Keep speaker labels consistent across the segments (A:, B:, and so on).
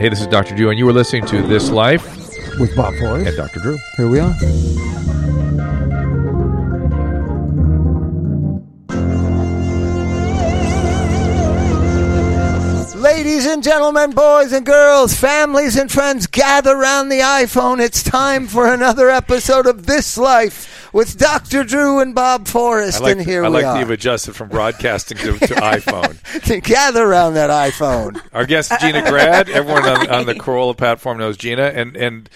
A: Hey, this is Dr. Drew, and you were listening to This Life
B: with Bob Forrest.
A: and Dr. Drew.
B: Here we are. Ladies and gentlemen, boys and girls, families and friends, gather round the iPhone. It's time for another episode of This Life with Dr. Drew and Bob Forrest. and here
A: I
B: we
A: like that
B: are.
A: you've adjusted from broadcasting to, to iPhone.
B: gather round that iPhone.
A: Our guest Gina Grad. Everyone on, on the Corolla platform knows Gina. And and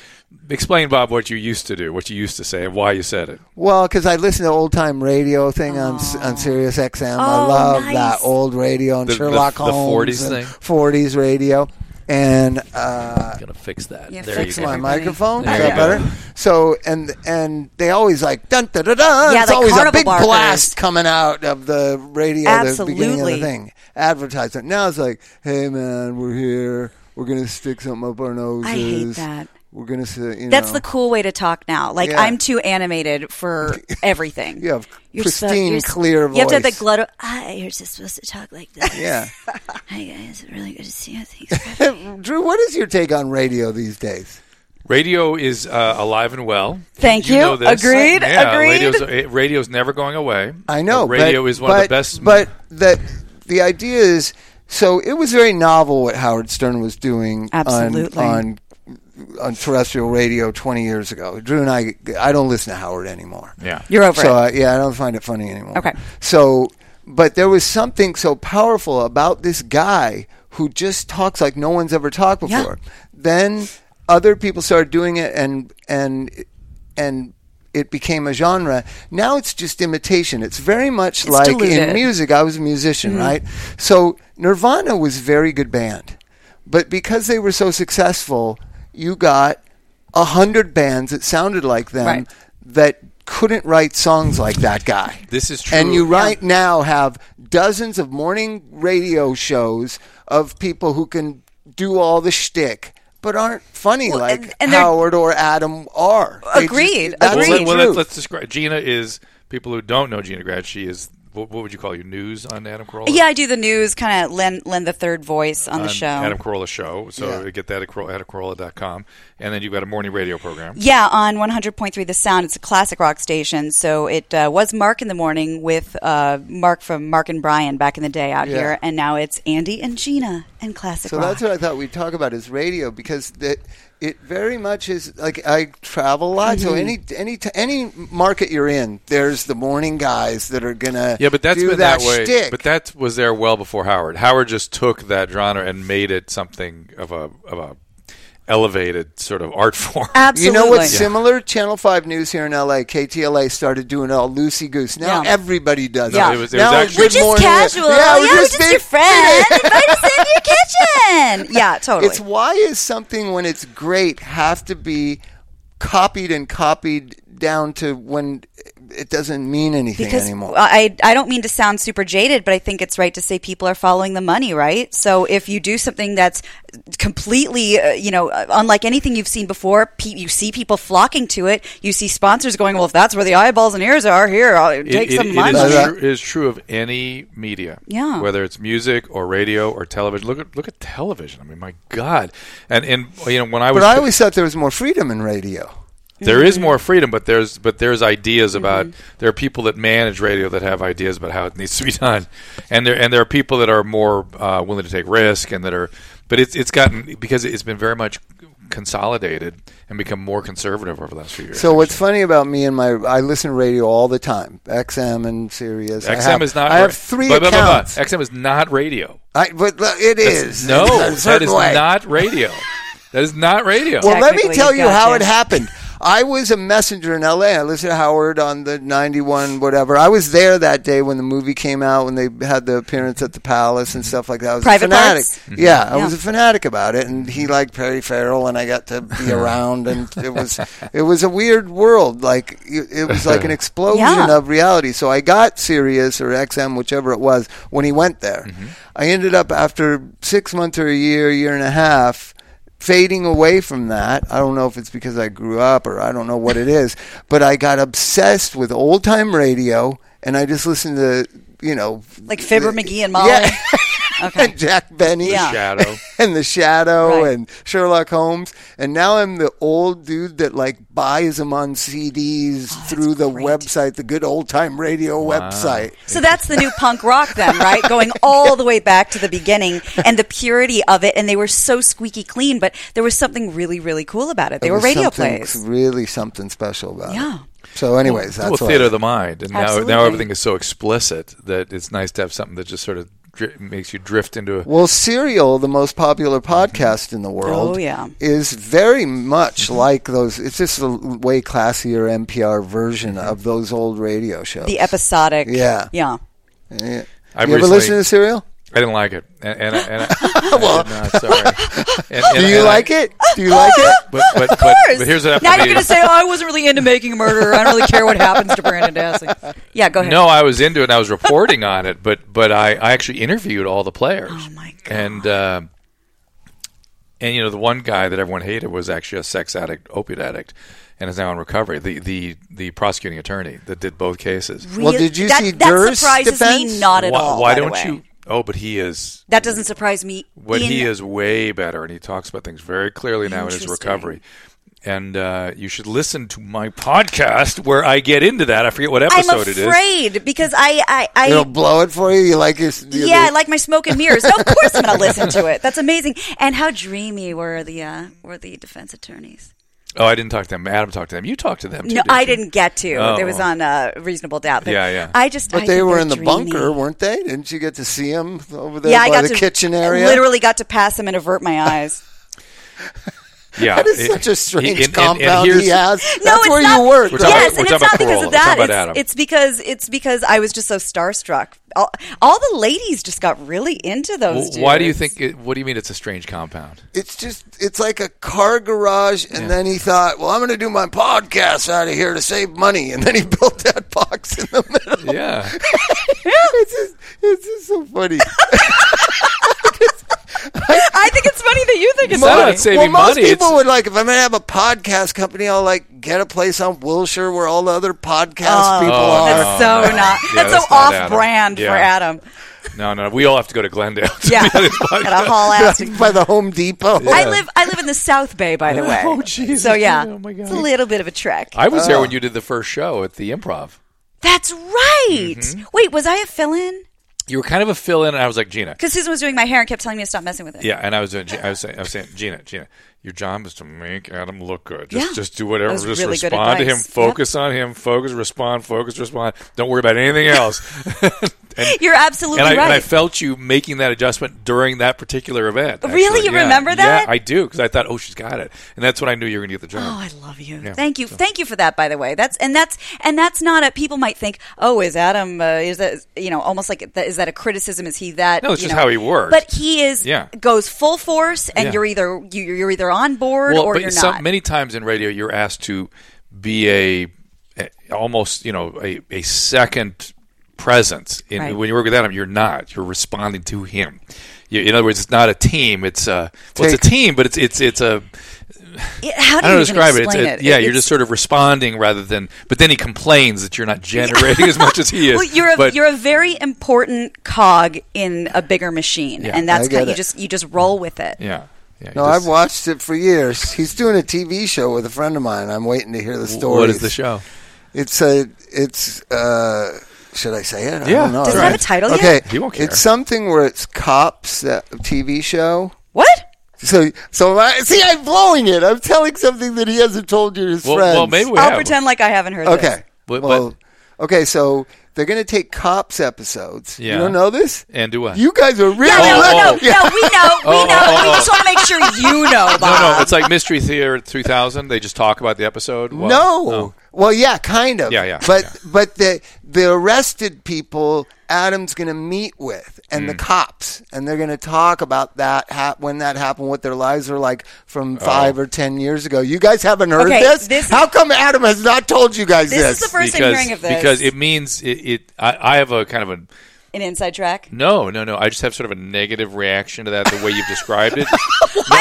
A: explain, Bob, what you used to do, what you used to say, and why you said it.
B: Well, because I listen to old time radio thing on s- on Sirius XM. I
C: Oh,
B: love
C: nice.
B: that old radio and
A: The- the-
B: Sherlock
A: the
B: Holmes
A: 40s
B: and
A: thing?
B: 40s radio, and uh,
A: Gonna fix that.
D: Yeah,
A: there
B: fix
A: you go.
B: my microphone. Is
A: There
B: that
A: you go.
B: better? So and and they always like dun da da dun.
D: Yeah,
B: it's
D: like
B: always a
D: carnival
B: big
D: barkers.
B: blast coming out of the radio. the beginning of the
D: Absolutely.
B: thing. Advertisement. Now it's like, hey man, we're here. We're gonna stick something up our noses.
D: hate that.
B: We're gonna say, you
D: That's
B: know.
D: the cool way to talk now. Like
B: Yeah.
D: I'm too animated for everything.
B: You have
D: You're so-
B: pristine,
D: you're so-
B: clear voice.
D: You have to have the glut. Ah, you're just supposed to talk like this.
B: Yeah.
D: Hi guys, really good to see you. Thanks. for-
B: Drew, what is your take on radio these days?
A: Radio is uh, alive and well.
D: Thank you.
A: know this.
D: Agreed,
A: Yeah,
D: agreed.
A: Radio's, eh, radio's never going away.
B: I know
A: Uh, radio
B: but-
A: is one of the
B: but-
A: best.
B: But the the idea is so it was very novel what Howard Stern was doing
D: Absolutely.
B: on on on terrestrial radio twenty years ago. Drew and I I don't listen to Howard anymore.
A: yeah.
D: You're over
B: so
D: it.
B: uh, yeah, I don't find it funny anymore.
D: Okay.
B: So, but there was something so powerful about this guy who just talks like no one's ever talked
D: Yeah.
B: before. Then other people started doing it, and and and it became a genre. Now it's just imitation. It's very much like in
D: diluted.
B: music. I was a musician, right? So Nirvana was a very good band, but because they were so successful, you got a hundred bands that sounded like them
D: Right.
B: that couldn't write songs like that guy.
A: This is true.
B: And you right now have dozens of morning radio shows of people who can do all the shtick. But aren't funny
D: Well,
B: like
D: and- and they're-
B: Howard or Adam are. They just-
D: Agreed,
B: that's
A: well,
B: the
D: agreed.
A: let, well, let's,
B: truth.
A: let's describe. Gina is people who don't know Gina Grad. She is what, what would you call you news on Adam Carolla?
D: yeah, I do the news, kind of lend lend the third voice on the
A: on
D: show.
A: Adam Carolla show. So
B: Yeah.
A: get that at Carolla, adamcarolla.com. And then you've got a morning radio program.
D: Yeah, on 100.3 The Sound. It's a classic rock station. So it uh, was Mark in the Morning with uh, Mark from Mark and Brian back in the day out
B: Yeah.
D: here. And now it's Andy and Gina and classic
B: So
D: rock.
B: that's what I thought we'd talk about is radio because that it very much is like I travel a lot. So any
D: Mm-hmm.
B: any t- any market you're in, there's the morning guys that are gonna
A: Yeah, but that's
B: do
A: been
B: that,
A: that, way.
B: shtick.
A: But that was there well before Howard. Howard just took that genre and made it something of a of a elevated sort of art form.
B: You
D: Absolutely.
B: know what's similar? Channel Five News here in LA, KTLA started doing all loosey goose. Now
D: Yeah.
B: everybody does
A: No,
B: it.
A: it was- it was
B: now
A: actually-
D: We're
B: Good
D: just
B: Morning-
D: casual.
B: Yeah,
D: Yeah,
B: we're
D: we're
B: just
D: just,
B: big-
D: your friend. Invite us in your kitchen. Yeah, totally.
B: It's why is something when it's great have to be copied and copied down to when it doesn't mean anything
D: because
B: anymore.
D: I, I don't mean to sound super jaded, but I think it's right to say people are following the money, right? So if you do something that's completely, uh, you know, uh, unlike anything you've seen before, pe- you see people flocking to it. You see sponsors going, well, if that's where the eyeballs and ears are, here, I'll
A: It-
D: take
A: it-
D: some
A: it
D: money.
A: is
B: But, uh,
A: true, it is true of any media.
D: Yeah.
A: Whether it's music or radio or television. Look at look at television. I mean, my God. And and you know when I was
B: but I always thought there was more freedom in radio.
A: There
D: Mm-hmm.
A: is more freedom, but there's but there's ideas about there are people that manage radio that have ideas about how it needs to be done, and there and there are people that are more uh, willing to take risk and that are But it's it's gotten because it's been very much consolidated and become more conservative over the last few years.
B: So what's funny about me and my I listen to radio all the time, XM and Sirius. I
A: XM
B: have-
A: is not.
B: I have
A: ra-
B: three
A: blah, blah, blah, blah.
B: accounts.
A: XM is not radio.
B: I, but look, it
A: That's-
B: is
A: no,
B: in a
A: that
B: certain
A: is
B: way.
A: not radio. That is not radio.
B: Well, let me
D: Technically,
B: tell
D: you've
B: you
D: got
B: how
D: to.
B: it happened. I was a messenger in LA. I listened to Howard on the 91, whatever. I was there that day when the movie came out, when they had the appearance at the palace and stuff like that. I was a
D: Private
B: fanatic.
D: Parts?
B: Yeah, I was
D: Yeah.
B: a fanatic about it. And he liked Perry Farrell, and I got to be around. And it was it was a weird world. Like, it it was like an explosion
D: Yeah.
B: of reality. So I got Sirius or XM, whichever it was, when he went there. I ended up after six months or a year, year and a half, fading away from that. I don't know if it's because I grew up or I don't know what it is, but I got obsessed with old time radio and I just listened to, you know,
D: Like Fibber McGee and Molly.
B: Yeah.
D: Okay.
B: and Jack Benny
D: Yeah.
A: Shadow.
B: and The Shadow
D: Right.
B: and Sherlock Holmes. And now I'm the old dude that like buys them on
D: Oh,
B: CDs through the website, the good old time radio website.
D: So that's the new punk rock then, right? Going all the way back to the beginning and the purity of it and they were so squeaky clean, but there was something really really cool about it. They
B: There
D: were
B: was
D: radio
B: something-
D: plays.
B: Really something special about
D: Yeah.
B: it. So anyways,
A: well,
B: that's
A: theater
B: what
A: of the mind, and now now
D: Absolutely.
A: everything is so explicit that it's nice to have something that just sort of dri- makes you drift into a.
B: Well, Serial, the most popular
A: Mm-hmm.
B: podcast in the world,
D: Oh, yeah.
B: is very
A: Mm-hmm.
B: much like those. It's just a way classier NPR version
A: Mm-hmm.
B: of those old radio shows.
D: The episodic.
B: Yeah.
D: Yeah.
B: Yeah.
A: I
B: you ever
A: recently-
B: listen to Serial?
A: I didn't like it, and, and, I- and I, well, sorry. And- and-
B: Do you
A: and I-
B: like it? Do you like it?
A: But, but, but,
D: course.
A: but here's what happened.
D: now
A: to
D: you're
A: me.
D: going to say, "Oh, I wasn't really into making a murderer. I don't really care what happens to Brandon Dassey." Yeah, go ahead.
A: No, I was into it. and I was reporting on it, but but I, I actually interviewed all the players. Oh
D: my God.
A: And uh, and you know the one guy that everyone hated was actually a sex addict, opiate addict, and is now in recovery. The the the prosecuting attorney that did both cases.
B: Well, did you
D: that,
B: see
D: that
B: Durr's
D: surprises
B: defense?
D: me not at
A: why
D: all.
A: why
D: by the
A: don't
D: way.
A: you? Oh, but he is
D: That doesn't surprise me.
A: what
D: in-
A: he is way better, and he talks about things very clearly now in his
D: Interesting.
A: recovery. And uh, you should listen to my podcast where I get into that. I forget what
D: I'm
A: episode it is.
D: afraid because I, I, I
B: It'll blow it for you. You like your? you-
D: yeah, I like my smoke and mirrors. So of course, I'm going to listen to it. That's amazing. And how dreamy were the uh, were the defense attorneys?
A: Oh, I didn't talk to them. Adam talked to them. You talked to them. Too,
D: No, I
A: you?
D: didn't get to.
A: Oh.
D: It was on uh, reasonable doubt. But
A: Yeah, yeah.
D: I just,
B: But
D: I
B: they
D: think
B: were
D: they're
B: in the
D: dreamy.
B: bunker, weren't they? Didn't you get to see them over there
D: Yeah,
B: by
D: I got
B: the
D: to
B: kitchen area?
D: Literally got to pass him and avert my eyes.
A: Yeah,
B: That is
A: It-
B: such a strange
A: and- and- and
B: compound
A: here's-
B: he has.
D: No,
B: That's
D: it's
B: where
D: not.
B: you work.
A: We're talking
B: right?
D: yes,
A: about-
D: and
A: we're
D: it's
A: talking
D: not
A: about
D: because
A: Corolla.
D: of
A: We're talking about
D: that. it's,
A: Adam.
D: it's because it's because I was just so starstruck. All, all the ladies just got really into those.
A: Well, why do you
D: dudes.
A: think? It, what do you mean? It's a strange compound.
B: it's just it's like a car garage and then he thought well i'm going to do my podcast out of here to save money and then he built that box in the middle
A: Yeah,
B: it's, just, it's just so funny
D: I think it's funny that you think it's
A: It's not
D: funny.
A: about saving
B: well most
A: money.
B: people
A: it's-
B: would like if i'm going to have a podcast company i'll like get a place on wilshire where all the other
D: Oh,
B: podcast people are
D: That's so not.
A: Yeah,
D: that's,
A: that's
D: so
A: not
D: off
A: Adam.
D: brand for
A: Yeah.
D: Adam.
A: no, no. We all have to go to Glendale. to
D: Yeah,
A: be on this podcast.
D: at a haul ass.
B: by the home depot
D: I live. I live in the South Bay, by the way.
A: Oh, Jesus.
D: So yeah,
A: Oh, my God.
D: it's a little bit of a trek. Uh,
A: I was
B: Oh.
A: there when you did the first show at the Improv.
D: That's right.
A: Mm-hmm.
D: Wait, was I a fill-in?
A: You were kind of a fill-in, and I was like Gina.
D: Because Susan was doing my hair and kept telling me to stop messing with it.
A: Yeah, and I was doing. I was saying, I was saying Gina, Gina, your job is to make Adam look good. Just,
D: Yeah.
A: just do whatever.
D: That was
A: Just
D: really good
A: respond to him.
D: advice.
A: Focus on him. Focus. Respond. Focus. Respond. Don't worry about anything else. and,
D: You're absolutely
A: and I,
D: right.
A: and I felt you making that adjustment during that particular event.
D: Really?
A: actually.
D: You
A: Yeah.
D: remember that?
A: Yeah, I do because I thought, oh, she's got it, and that's when I knew you were going to get the job.
D: Oh, I love you. Thank you. Thank you for that. By the way, that's and that's and that's not a. People might think, oh, is Adam? Uh, is that you know almost like that, is that a criticism? Is he that?
A: No, it's
D: you
A: just
D: know?
A: how he works.
D: But he is.
A: Yeah.
D: Goes full force, and
A: Yeah.
D: you're either you, you're either on board
A: well,
D: or
A: but
D: you're
A: some-
D: not.
A: many times in radio, you're asked to be a, a- almost you know a, a second presence. In,
D: Right.
A: When you work with Adam, you're not. You're responding to him. You, in other words, it's not a team. It's a well, it's a
B: Take-
A: team, but it's it's it's a
D: It- how do
A: I don't
D: you
A: know
D: even
A: describe it. It's
D: explain
A: a- yeah, you're
D: It's-
A: just sort of responding rather than. But then he complains that you're not generating as much as he is.
D: Well, you're a
A: but,
D: you're a very important cog in a bigger machine,
A: Yeah,
D: and that's
B: I get
D: kind of, you
B: it.
D: just you just roll with it.
A: yeah. yeah
B: no
A: you
B: i've
A: just-
B: watched it for years he's doing a tv show with a friend of mine i'm waiting to hear the story
A: What is the show?
B: It's a. It's. Uh, should I say it? I
A: Yeah.
B: don't know.
A: Does it
D: have a title yet?
B: Okay.
A: He won't care.
B: It's something where it's cops that TV uh, show.
D: What?
B: So, so I, see, I'm blowing it. I'm telling something that he hasn't told you to his
A: Well,
B: friends.
A: well, maybe we
D: I'll
A: have.
D: pretend like I haven't heard this.
B: Okay.
A: But-
B: well, okay. So they're going to take cops episodes.
A: Yeah.
B: You don't know this?
A: And do what?
B: You guys are really
D: No, no,
A: Oh,
D: no,
A: oh,
D: no, we know, we
A: Oh,
D: know.
A: oh,
D: we
A: oh.
D: just want to make sure you know,
A: no,
D: Bob.
A: no. It's like Mystery Theater 3000. They just talk about the episode. Well,
B: no.
A: oh.
B: Well, yeah, kind of.
A: Yeah, yeah,
B: But
A: yeah.
B: but the the arrested people Adam's going to meet with, and
A: Mm.
B: the cops, and they're going to talk about that ha- when that happened, what their lives were like
A: Oh.
B: from five or ten years ago. You guys haven't heard
D: Okay,
B: this?
D: this is-
B: How come Adam has not told you guys
D: this,
B: this?
D: is the first I'm hearing of this.
A: because it means it. it I, I have a kind of a
D: an inside track.
A: no, no, no. I just have sort of a negative reaction to that the way you've described it. no,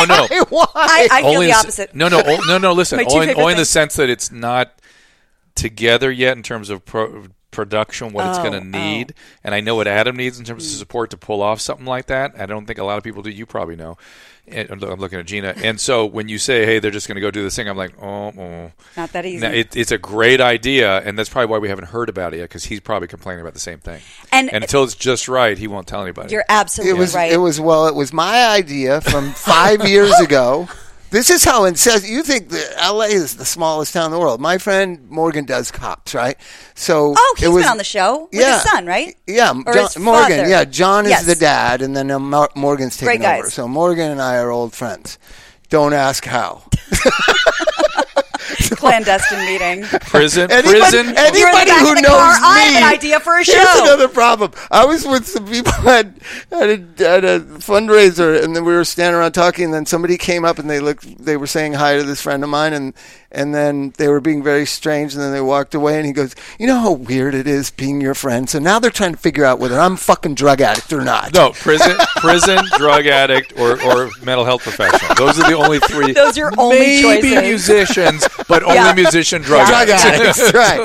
A: Oh, no.
B: Hey, why?
D: I, I feel
A: only in
D: the
A: s-
D: opposite.
A: No, no, o- no, no. Listen,
D: My two
A: only,
D: favorite
A: only in the
D: things.
A: sense that it's not together yet in terms of pro- production, what it's going
D: Oh,
A: to need, and I know what Adam needs in terms
D: Mm.
A: of support to pull off something like that. I don't think a lot of people do. You probably know. And I'm lo- I'm looking at Gina, and so when you say, "Hey, they're just going to go do this thing," I'm like, "Oh, oh.
D: Not that easy.
A: Now, it, it's a great idea, and that's probably why we haven't heard about it yet because he's probably complaining about the same thing.
D: And-
A: until it's just right, he won't tell anybody.
D: You're absolutely
B: it was
D: right.
B: it was well it was my idea from five years ago this is how incest you think that la is the smallest town in the world my friend morgan does cops right so
D: Oh,
B: he
D: he's been on the show with his son, right?
B: yeah
D: Or
B: John-
D: his
B: morgan
D: father.
B: yeah john is
D: Yes.
B: the dad and then uh, Mar- morgan's taking
D: Great guys.
B: over so morgan and i are old friends don't ask how
D: Clandestine meeting.
A: prison,
B: Anybody-
A: prison.
B: anybody
D: You're in the back
B: who
D: of the
B: knows
D: car.
B: me,
D: I have an idea for a
B: Here's
D: show.
B: another problem. I was with some people at, at, a, at a fundraiser, and then we were standing around talking, and then somebody came up and they looked. They were saying hi to this friend of mine, and and then they were being very strange, and then they walked away, and he goes, "You know how weird it is being your friend." So now they're trying to figure out whether I'm a fucking drug addict or not.
A: No, prison, prison, drug addict, or, or mental health professional. Those are the only three.
D: Those are your only
A: maybe
D: choices.
A: musicians, but only
D: Yeah.
A: musician drug
B: drug
A: addicts.
B: addicts, right?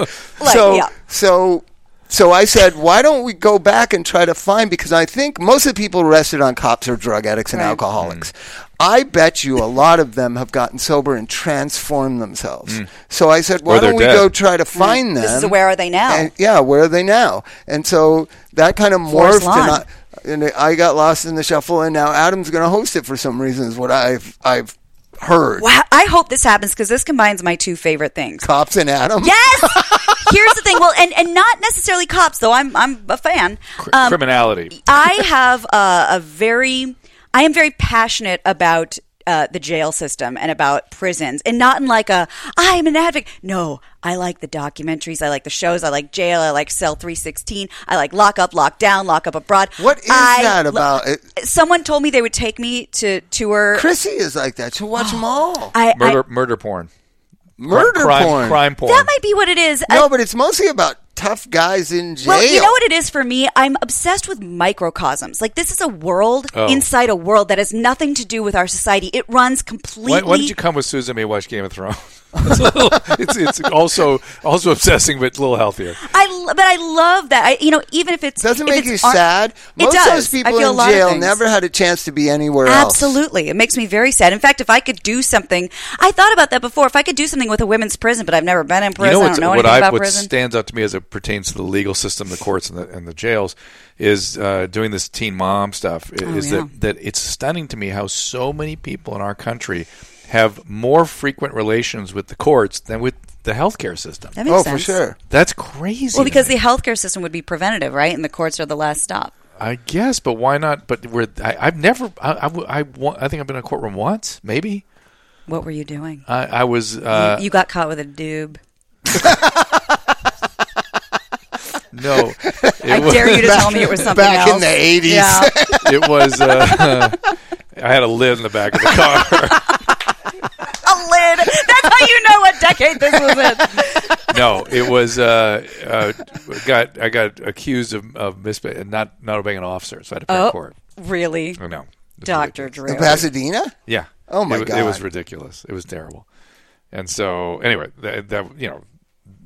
D: Like,
B: so,
D: yeah.
B: so, so I said, why don't we go back and try to find? Because I think most of the people arrested on cops are drug addicts and
D: Right.
B: alcoholics.
A: Mm.
B: I bet you a lot of them have gotten sober and transformed themselves. So I said, why
A: Mm. they're
B: don't we
A: dead.
B: go try to find them?
D: This is a where are they now?
B: And, yeah, where are they now? And so that kind of
D: Forest
B: morphed,
D: Lawn.
B: and I, and I got lost in the shuffle. And now Adam's going to host it for some reason, is what I've I've heard.
D: Wow, I hope this happens because this combines my two favorite things.
B: Cops and Adam.
D: Yes. Here's the thing. Well, and, and not necessarily cops, though. I'm I'm a fan.
A: Cr-
D: Um,
A: criminality.
D: I have a, a very, I am very passionate about uh, the jail system and about prisons, and not in like a I'm an advocate. No, I like the documentaries, I like the shows, I like jail, I like Cell 316, I like Lock Up, Lock Down, Lock Up Abroad.
B: What is
D: I
B: that
D: lo-
B: about? It-
D: Someone told me they would take me to tour.
B: Chrissy is like that. She'll watch them all.
D: I, I-
A: Murder, murder porn.
B: Murder
A: crime,
B: porn.
A: Crime porn.
D: that might be what it is. I-
B: No, but it's mostly about tough guys in jail.
D: Well, you know what it is for me? I'm obsessed with microcosms. Like, this is a world
A: Oh.
D: inside a world that has nothing to do with our society. It runs completely.
A: why, why did you come with Susan May watch Game of Thrones? it's, a little, it's, it's also also obsessing, but a little healthier.
D: I, lo- but I love that. I, you know, even if it's.
B: doesn't
D: if
B: make you
D: it's ar-
B: sad.
D: It
B: Most
D: does.
B: of those people
D: I feel a
B: in
D: lot of
B: jail
D: things.
B: never had a chance to be anywhere else.
D: Absolutely. It makes me very sad. In fact, if I could do something, I thought about that before. If I could do something with a women's prison, but I've never been in prison.
A: You know,
D: I
A: what's-
D: don't know
A: what
D: anything
A: I-
D: about
A: what
D: prison.
A: stands out to me as it pertains to the legal system, the courts, and the, and the jails is uh, doing this teen mom stuff. i- is
D: Oh, yeah.
A: that, that it's stunning to me how so many people in our country have more frequent relations with the courts than with the healthcare system.
D: that makes
B: Oh,
D: sense.
B: for sure.
A: That's crazy.
D: Well,
A: to
D: because
A: me.
D: the healthcare system would be preventative, right? And the courts are the last stop.
A: I guess, but why not? But we're I, I've never I I, w- I, wa- I think I've been in a courtroom once, maybe.
D: What were you doing?
A: I, I was uh,
D: you, you got caught with a dube.
A: no. It
D: I
A: was,
D: dare you to tell me it was something
B: back in
D: else.
B: the 80s.
D: Yeah.
A: It was. Uh, I had a lid in the back of the car.
D: a lid. That's how you know what decade this was in.
A: no, it was uh, uh, got I got accused of, of misbe- not not obeying an officer, so I had to pay in court.
D: Oh, really?
A: I know, It's
D: Dr.
A: ridiculous.
D: Drew.
B: Pasadena?
A: Yeah.
B: Oh, my
A: it, wa- It was
B: God.
A: ridiculous. It was terrible. And so anyway, that, that you know,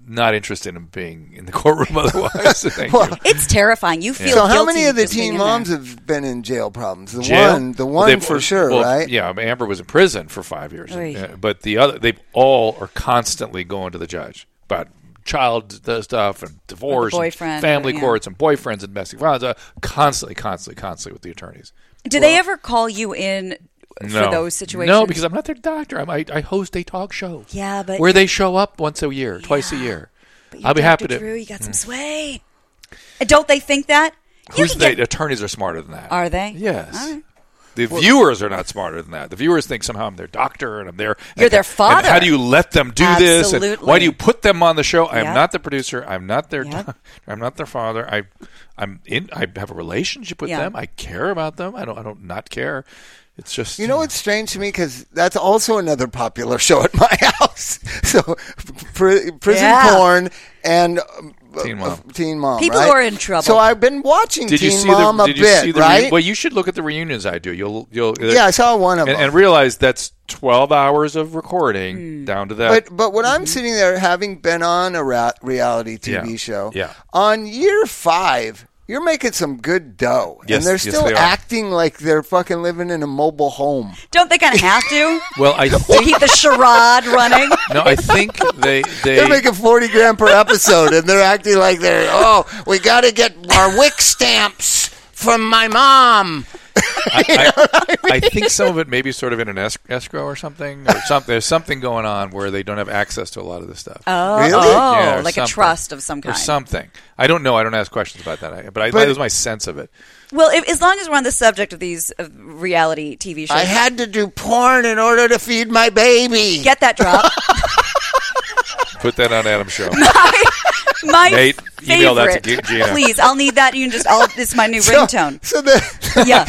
A: not interested in being in the courtroom otherwise. Thank you.
D: It's terrifying. You feel
B: So how
D: guilty
B: many of the
D: just being
B: teen
D: in there.
B: moms have been in jail problems? The
A: Jail?
B: one, the
A: Well,
B: one
A: they've-
B: for sure,
A: well,
B: right?
A: Yeah, I mean, Amber was in prison for five years,
D: Oy.
A: Uh, but the other they all are constantly going to the judge about child uh, stuff and divorce, and
D: boyfriend,
A: family
D: yeah.
A: courts, and boyfriends and domestic violence. Uh, constantly, constantly, constantly with the attorneys.
D: Do they ever call you in for those situations?
A: No, because I'm not their doctor. I'm, I, I host a talk show.
D: Yeah, but-
A: where they show up once a year, twice a year.
D: But you
A: I'll be
D: Dr.
A: happy to. Hmm.
D: Drew, you got some sway. And Don't they think that? You
A: Who's
D: can
A: they?
D: get-
A: attorneys are smarter than that.
D: Are they?
A: Yes.
D: All right.
A: The viewers are not smarter than that. The viewers think somehow I'm their doctor and I'm their
D: You're their
A: and
D: father.
A: how do you let them do this? And
D: Absolutely.
A: why do you put them on the show? I am
D: Yeah.
A: not the producer. I'm not their.
D: Yeah.
A: doc- I'm not their father. I, I'm in. I have a relationship with
D: Yeah.
A: them. I care about them. I don't. I don't not care. It's just
B: You know what's strange to me because that's also another popular show at my house. So, pr- prison
D: Yeah.
B: porn and um,
A: Teen Mom.
B: Teen Mom.
D: People
B: right?
D: who are in trouble.
B: So I've been watching
A: Did
B: Teen
A: you see
B: Mom
A: the?
B: a
A: Did you
B: bit,
A: see the? reu-
B: right?
A: well, you should look at the reunions I do. You'll. You'll.
B: yeah, I saw one of
A: and,
B: them.
A: and realize that's 12 hours of recording
D: Hmm.
A: down to that. Mm-hmm.
B: But but when I'm sitting there, having been on a ra- reality TV
A: Yeah.
B: show,
A: Yeah.
B: on year five, you're making some good dough,
A: Yes,
B: and they're
A: yes,
B: still
A: they are.
B: acting like they're fucking living in a mobile home.
D: Don't they kind of have to?
A: well, I
D: to
A: think
D: keep the charade running?
A: no, I think they
B: They're
A: they
B: making forty grand per episode, and they're acting like they're oh, we got to get our wick stamps from my mom.
A: I, I think some of it may be sort of in an es- escrow or something or something. There's something going on where they don't have access to a lot of this stuff.
D: Oh,
B: Really?
D: oh,
A: Yeah, or
D: like a
A: something.
D: trust of some
A: Or
D: kind.
A: something. I don't know. I don't ask questions about that. I, but, I, that was my sense of it.
D: well, if, as long as we're on the subject of these uh, reality TV shows,
B: I had to do porn in order to feed my baby.
D: get that drop.
A: Put that on Adam's show.
D: My
A: Nate,
D: favorite.
A: email that to G- Gina.
D: Please, I'll need that. You can just. I'll, it's my new ringtone.
B: So the,
D: Yeah.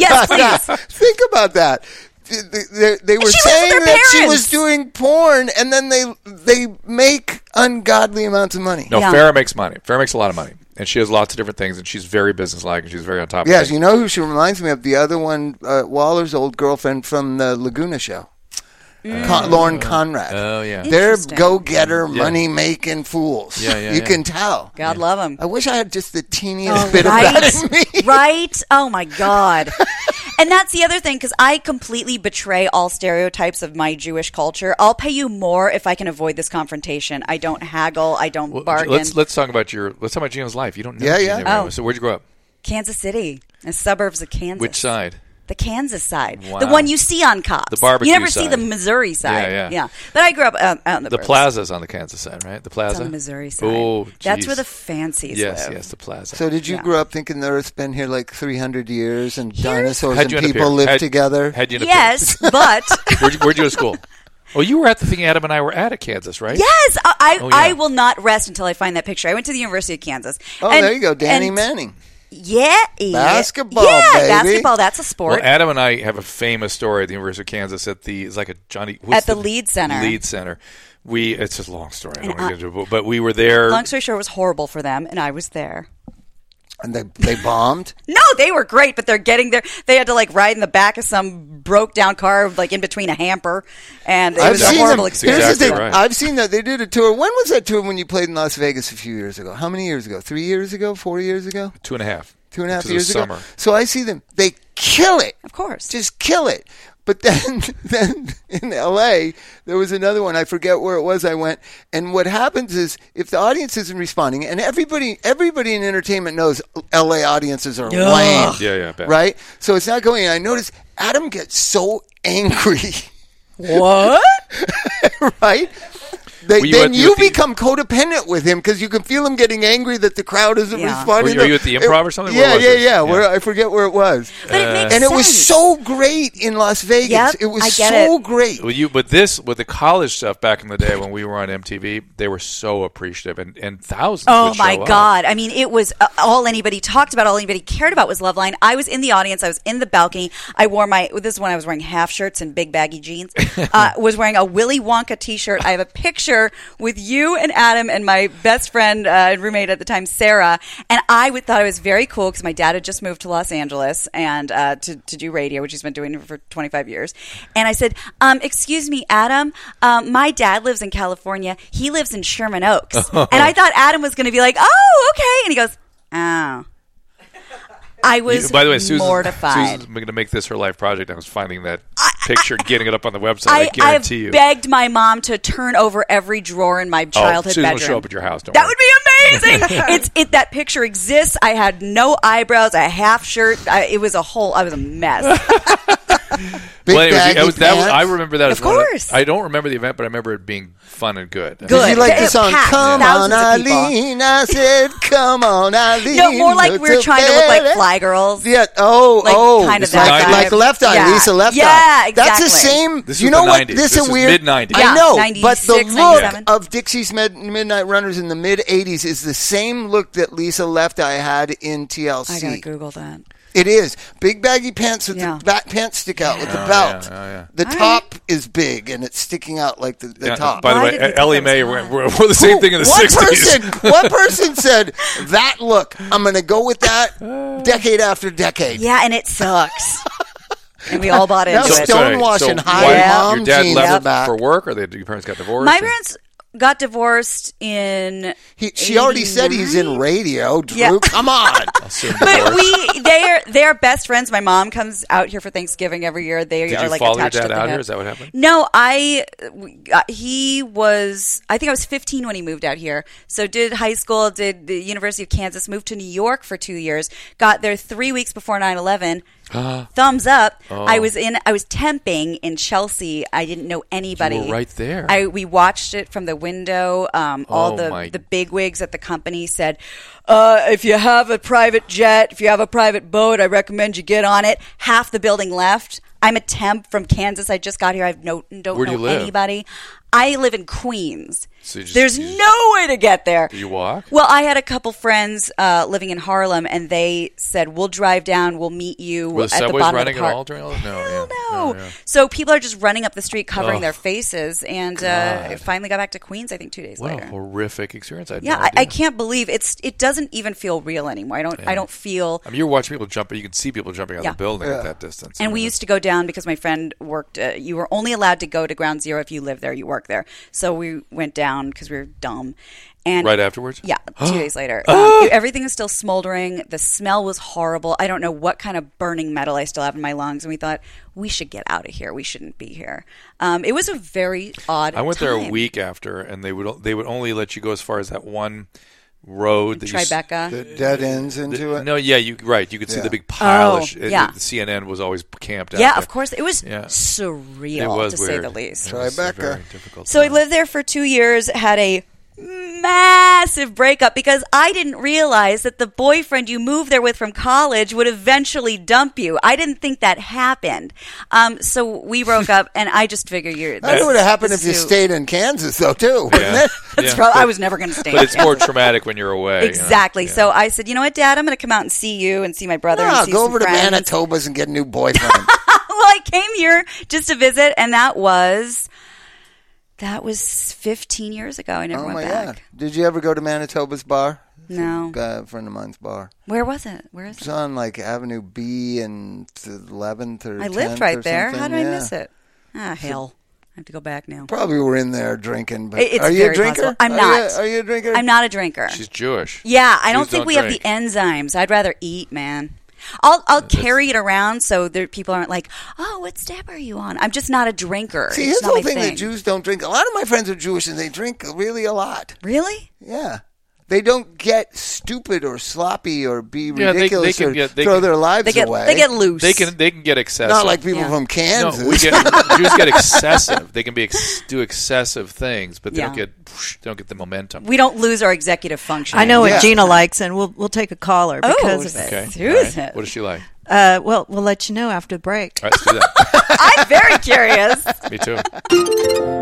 D: yes,
B: about that.
D: please.
B: Think about that. Th- th- They, they were
D: she lives with
B: saying
D: her
B: that she
D: parents.
B: was doing porn, and then they they make ungodly amounts of money.
A: No,
D: Yeah.
A: Farrah makes money. Farrah makes a lot of money. And she has lots of different things. And she's very businesslike and she's very on top of
B: Yes,
A: things.
B: you know who she reminds me of? The other one, uh, Waller's old girlfriend from the Laguna show, Con- Lauren Conrad.
A: oh, yeah.
D: Mm.
B: They're
D: Interesting.
B: go-getter, money-making fools.
A: Yeah, yeah,
B: you
A: yeah.
B: can tell.
D: God love him.
B: I wish I had just the teeniest bit of
D: right,
B: that in me.
D: right? Oh my god! and that's the other thing because I completely betray all stereotypes of my Jewish culture. I'll pay you more if I can avoid this confrontation. I don't haggle. I don't
A: Well,
D: bargain.
A: Let's let's talk about your let's talk about Gina's life. You don't know
B: Yeah,
A: Gina
B: yeah.
A: very well.
D: Oh.
A: So where'd you grow up?
D: Kansas City, the suburbs of Kansas.
A: Which side?
D: The Kansas side,
A: Wow.
D: the one you see on cops.
A: The barbecue
D: You never see
A: side.
D: the Missouri side.
A: Yeah, yeah.
D: But I grew up uh, out, out in the
A: The
D: burbs.
A: plaza's on the Kansas side, right? The plaza.
D: It's on the Missouri side.
A: Oh,
D: that's
A: geez.
D: where the fancies
A: yes,
D: live.
A: yes, the plaza.
B: So did you
D: Yeah.
B: grow up thinking the Earth's been here like 300 years and dinosaurs
A: How'd
B: and
A: you end up
B: people
A: here?
B: live
A: How'd-
B: together?
A: How'd you end up here?
D: Yes, but
A: Where'd you, where'd you go to school? Well, you were at the thing Adam and I were at at Kansas, right?
D: Yes, I, I,
A: Oh, yeah.
D: I will not rest until I find that picture. I went to the University of Kansas.
B: Oh, there you go, Danny
D: and-
B: Manning.
D: Yeah, yeah.
B: Basketball,
D: Yeah,
B: baby.
D: basketball. That's a
A: Well,
D: sport.
A: Adam and I have a famous story at the University of Kansas at the it's like a Johnny what's
D: At the Lead Center.
A: Lead Center. We it's a long story. I don't want to get into it, but we were there.
D: Long story short, it was horrible for them, and I was there.
B: And they, they bombed?
D: No, they were great, but they're getting there. They had to like ride in the back of some broke down car, like in between a hamper, and it
B: I've
D: was a
A: exactly-
B: seen
D: horrible
B: them.
A: That's
D: experience.
B: Here's the
A: exactly
B: thing.
A: right.
B: I've seen that. They did a tour. When was that tour when you played in Las Vegas a few years ago? How many years ago? Three years ago? Four years ago?
A: two and a half.
B: Two and a half
A: This is
B: years
A: the summer.
B: ago? So I see them. They kill it.
D: Of course.
B: Just kill it. But then, then in LA, there was another one. I forget where it was. I went, and what happens is if the audience isn't responding, and everybody, everybody in entertainment knows LA audiences are lame,
A: Yeah, yeah, bad.
B: right? So it's not going. I noticed Adam gets so angry,
D: what?
B: right? They,
A: Were you
B: then
A: at the-
B: you
A: at the-
B: become codependent with him because you can feel him getting angry that the crowd isn't
D: Yeah.
B: responding.
A: Were you- were you at the improv or something? Where
B: Yeah,
A: was
B: yeah,
A: this?
B: yeah,
A: Yeah.
B: Where I forget where it was.
D: But it makes
B: And it was
D: sense.
B: so great in Las Vegas.
D: Yep,
B: it was
D: I get
B: so
D: it.
B: great.
A: Well, you but this with the college stuff back in the day when we were on MTV, they were so appreciative and and thousands.
D: Oh
A: would
D: my
A: show up.
D: God. I mean, it was uh, all anybody talked about, all anybody cared about was Loveline. I was in the audience. I was in the balcony. I wore my, this is when I was wearing half shirts and big baggy jeans, uh, was wearing a Willy Wonka t shirt. I have a picture with you and Adam and my best friend uh, and roommate at the time, Sarah. And I would, thought it was very cool because my dad had just moved to Los Angeles and uh, to, to do radio, which he's been doing for 25 years. And I said, um, Excuse me, Adam, um, my dad lives in California. He lives in Sherman Oaks. and I thought Adam was going to be like, Oh, okay. And he goes, Oh. I
A: You-
D: was
A: by the way, Susan,
D: mortified.
A: Susan's going to make this her life project. I was finding that picture, getting it up on the website. I,
D: I, I have
A: guarantee you. Oh,
D: begged my mom to turn over every drawer in my childhood
A: Susan will
D: bedroom.
A: show up at your house, don't
D: that
A: worry.
D: would be amazing. it's it that picture exists. I had no eyebrows, a half shirt. I, it was a whole. I was a mess.
B: Big
A: well, it was,
B: baggy
A: it was- that was- I
B: pants.
A: remember that.
D: Of
A: as one the-
D: course.
A: I don't remember the event, but I remember it being fun and good. I mean,
D: Good.
B: Did you like
D: It
B: the song
D: packed
B: "Come On
D: thousands of people.
B: Eileen"? I said, "Come on Eileen."
D: No, more like
B: Look
D: we were trying to look like
B: better.
D: fly girls.
B: Yeah. Oh,
D: Like,
B: oh,
D: kind of
A: that
B: like,
A: vibe.
B: like left eye,
D: Yeah.
B: Lisa left
D: Yeah,
B: eye. That's the
D: exactly.
B: same.
A: This
B: you
A: was
B: know
A: the
B: what?
A: 90s.
B: This,
A: This
B: is
A: was
B: weird.
A: mid-nineties.
B: I
D: Yeah,
B: know, but
D: 96,
B: the
D: 97.
B: look of Dixie's Mid- Midnight Runners in the mid '80s is the same look that Lisa Left Eye had in TLC.
D: I gotta Google that.
B: It is big baggy pants with
D: Yeah.
B: the back pants stick out with the
A: Oh,
B: belt.
A: yeah, oh, yeah.
B: The
D: All
B: top is big and it's sticking out like the, the
A: yeah,
B: top.
A: By the
D: Why
A: way, e-
D: did we think
A: Ellie
D: that was
A: Mae
D: fun?
A: were, were, were the same thing in the
B: one
A: sixties.
B: person, one person said that look. I'm going to go with that decade after decade.
D: Yeah, and it sucks. and we all bought into
B: That was
D: it. Mm-hmm.
B: still- stonewashing high
A: why-
B: mom
A: Your dad
B: jeans
A: left
B: are back.
A: for work, or they, your parents got divorced.
D: My
A: or-
D: parents got divorced in.
B: He, she already said he's in
D: 89?
B: radio. Drew,
D: Yeah.
B: come on.
A: Soon
D: But
A: divorced.
D: we, they are they are best friends. My mom comes out here for Thanksgiving every year. They
A: Did
D: are
A: you
D: like
A: follow your
D: attached to
A: dad
D: the
A: out here?
D: hip.
A: Is that what happened?
D: No, I we- uh, he was I think I was 15 when he moved out here. So did high school, did the University of Kansas, moved to New York for 2 years. Got there 3 weeks before 9/11. Thumbs up. I
A: Oh.
D: was in I was temping in Chelsea. I didn't know anybody.
A: were right there.
D: I we watched it from the window. Um, all
A: Oh,
D: the
A: my
D: the big wigs at the company said, uh, if you have a private jet, if you have a private boat, I recommend you get on it. Half the building left. I'm a temp from Kansas. I just got here. I have no don't
A: Where do
D: know
A: you live?
D: anybody. I live in Queens.
A: So you just-
D: There's
A: you just-
D: no way to get there.
A: Do you walk?
D: Well, I had a couple friends uh, living in Harlem, and they said, "We'll drive down. We'll meet you
A: Were the
D: at the
A: subways
D: bottom
A: running at
D: of the park."
A: all during all this? No,
D: Hell
A: yeah.
D: no.
A: No, yeah.
D: Oh, So people are just running up the street, covering
A: Ugh.
D: their faces, and uh, I finally got back to Queens. I think two days
A: What a
D: later.
A: horrific experience! I had
D: Yeah,
A: no
D: I, I
A: idea.
D: can't believe it's. It doesn't even feel real anymore. I don't. I don't feel.
A: I mean, you're watching people jump, but you can see people jumping out
D: Yeah.
A: the building at that distance. I
D: And we
A: mean,
D: used to go down because my friend worked. Uh, you were only allowed to go to Ground Zero if you lived there. You work there, so we went down because we were dumb. And
A: right afterwards. Ah.
D: Yeah, two days later. Um, everything is still smoldering. The smell was horrible. I don't know what kind of burning metal I still have in my lungs. And we thought, we should get out of here. We shouldn't be here. Um, it was a very odd
A: I went there a
D: time.
A: week after, and they would they would only let you go as far as that one road. That you s-
D: Tribeca.
B: The dead ends into it.
A: No, yeah, you right. You could see the big pile.
D: Oh,
A: of sh- and
D: yeah.
A: the CNN was always camped out.
D: yeah,
A: there.
D: of course. It was
A: Yeah.
D: surreal,
A: It was
D: to
A: weird.
D: say the least.
A: It was a
B: Tribeca.
A: very difficult
D: So I
A: time.
D: lived there for two years, had a massive breakup because I didn't realize that the boyfriend you moved there with from college would eventually dump you. I didn't think that happened. Um, so we broke up, and I just figured you're.
B: That would have happened if
D: this
B: you
D: suit-
B: stayed in Kansas, though, too. wouldn't
A: Yeah.
B: it?
D: That's
A: Yeah.
D: prob- I was never going to stay.
A: but it's
D: in
A: more
D: Kansas.
A: traumatic when you're away. you know?
D: Exactly. So I said, you know what, Dad, I'm going to come out and see you and see my brother.
B: No,
D: and see
B: go
D: some
B: over to
D: friends.
B: Manitoba's and get a new boyfriend.
D: well, I came here just to visit, and that was that was 15 years ago. I never
B: oh
D: went
B: my
D: back.
B: god! Did you ever go to Manitoba's bar?
D: No.
B: Guy- a friend of mine's bar.
D: Where was it? Where is it?
B: It's on like Avenue B and Eleventh or
D: I
B: 10th
D: lived
B: or
D: right there.
B: something,
D: How did I
B: yeah.
D: miss it? Ah, hell. I have to go back now.
B: Probably were in there drinking. But
D: It- it's
B: are you a
D: very
B: drinker?
D: possible. I'm
B: Are
D: not.
B: You, are you a drinker?
D: I'm not a drinker.
A: She's Jewish.
D: yeah, I don't
A: Jews
D: think we
A: drink.
D: have the enzymes. I'd rather eat, man. I'll I'll carry it around so there, people aren't like, oh, what step are you on? I'm just not a drinker.
B: See,
D: it's
B: here's the
D: not my
B: whole thing,
D: thing.
B: that Jews don't drink. A lot of my friends are Jewish and they drink really a lot.
D: really?
B: Yeah. They don't get stupid or sloppy or be
A: Yeah, they- they
B: ridiculous
A: can
B: or
A: get- they
B: throw
A: can-
B: their lives
D: They get
B: away.
D: they get loose.
A: They can they can get excessive.
B: Not like people
D: Yeah.
B: from
A: no,
B: Kansas.
A: we get Jews get excessive. They can be ex- do excessive things, but they don't
D: Yeah.
A: get they don't get the momentum.
D: we don't lose our executive function.
E: I know
B: Yeah.
E: what Gina likes, and we'll we'll take a caller
D: Oh,
E: because of it.
D: okay.
A: okay,
D: Susan.
A: All right. what is she like?
E: Uh, well, we'll let you know after the break.
A: All right, let's do that.
D: I'm very curious.
A: me too.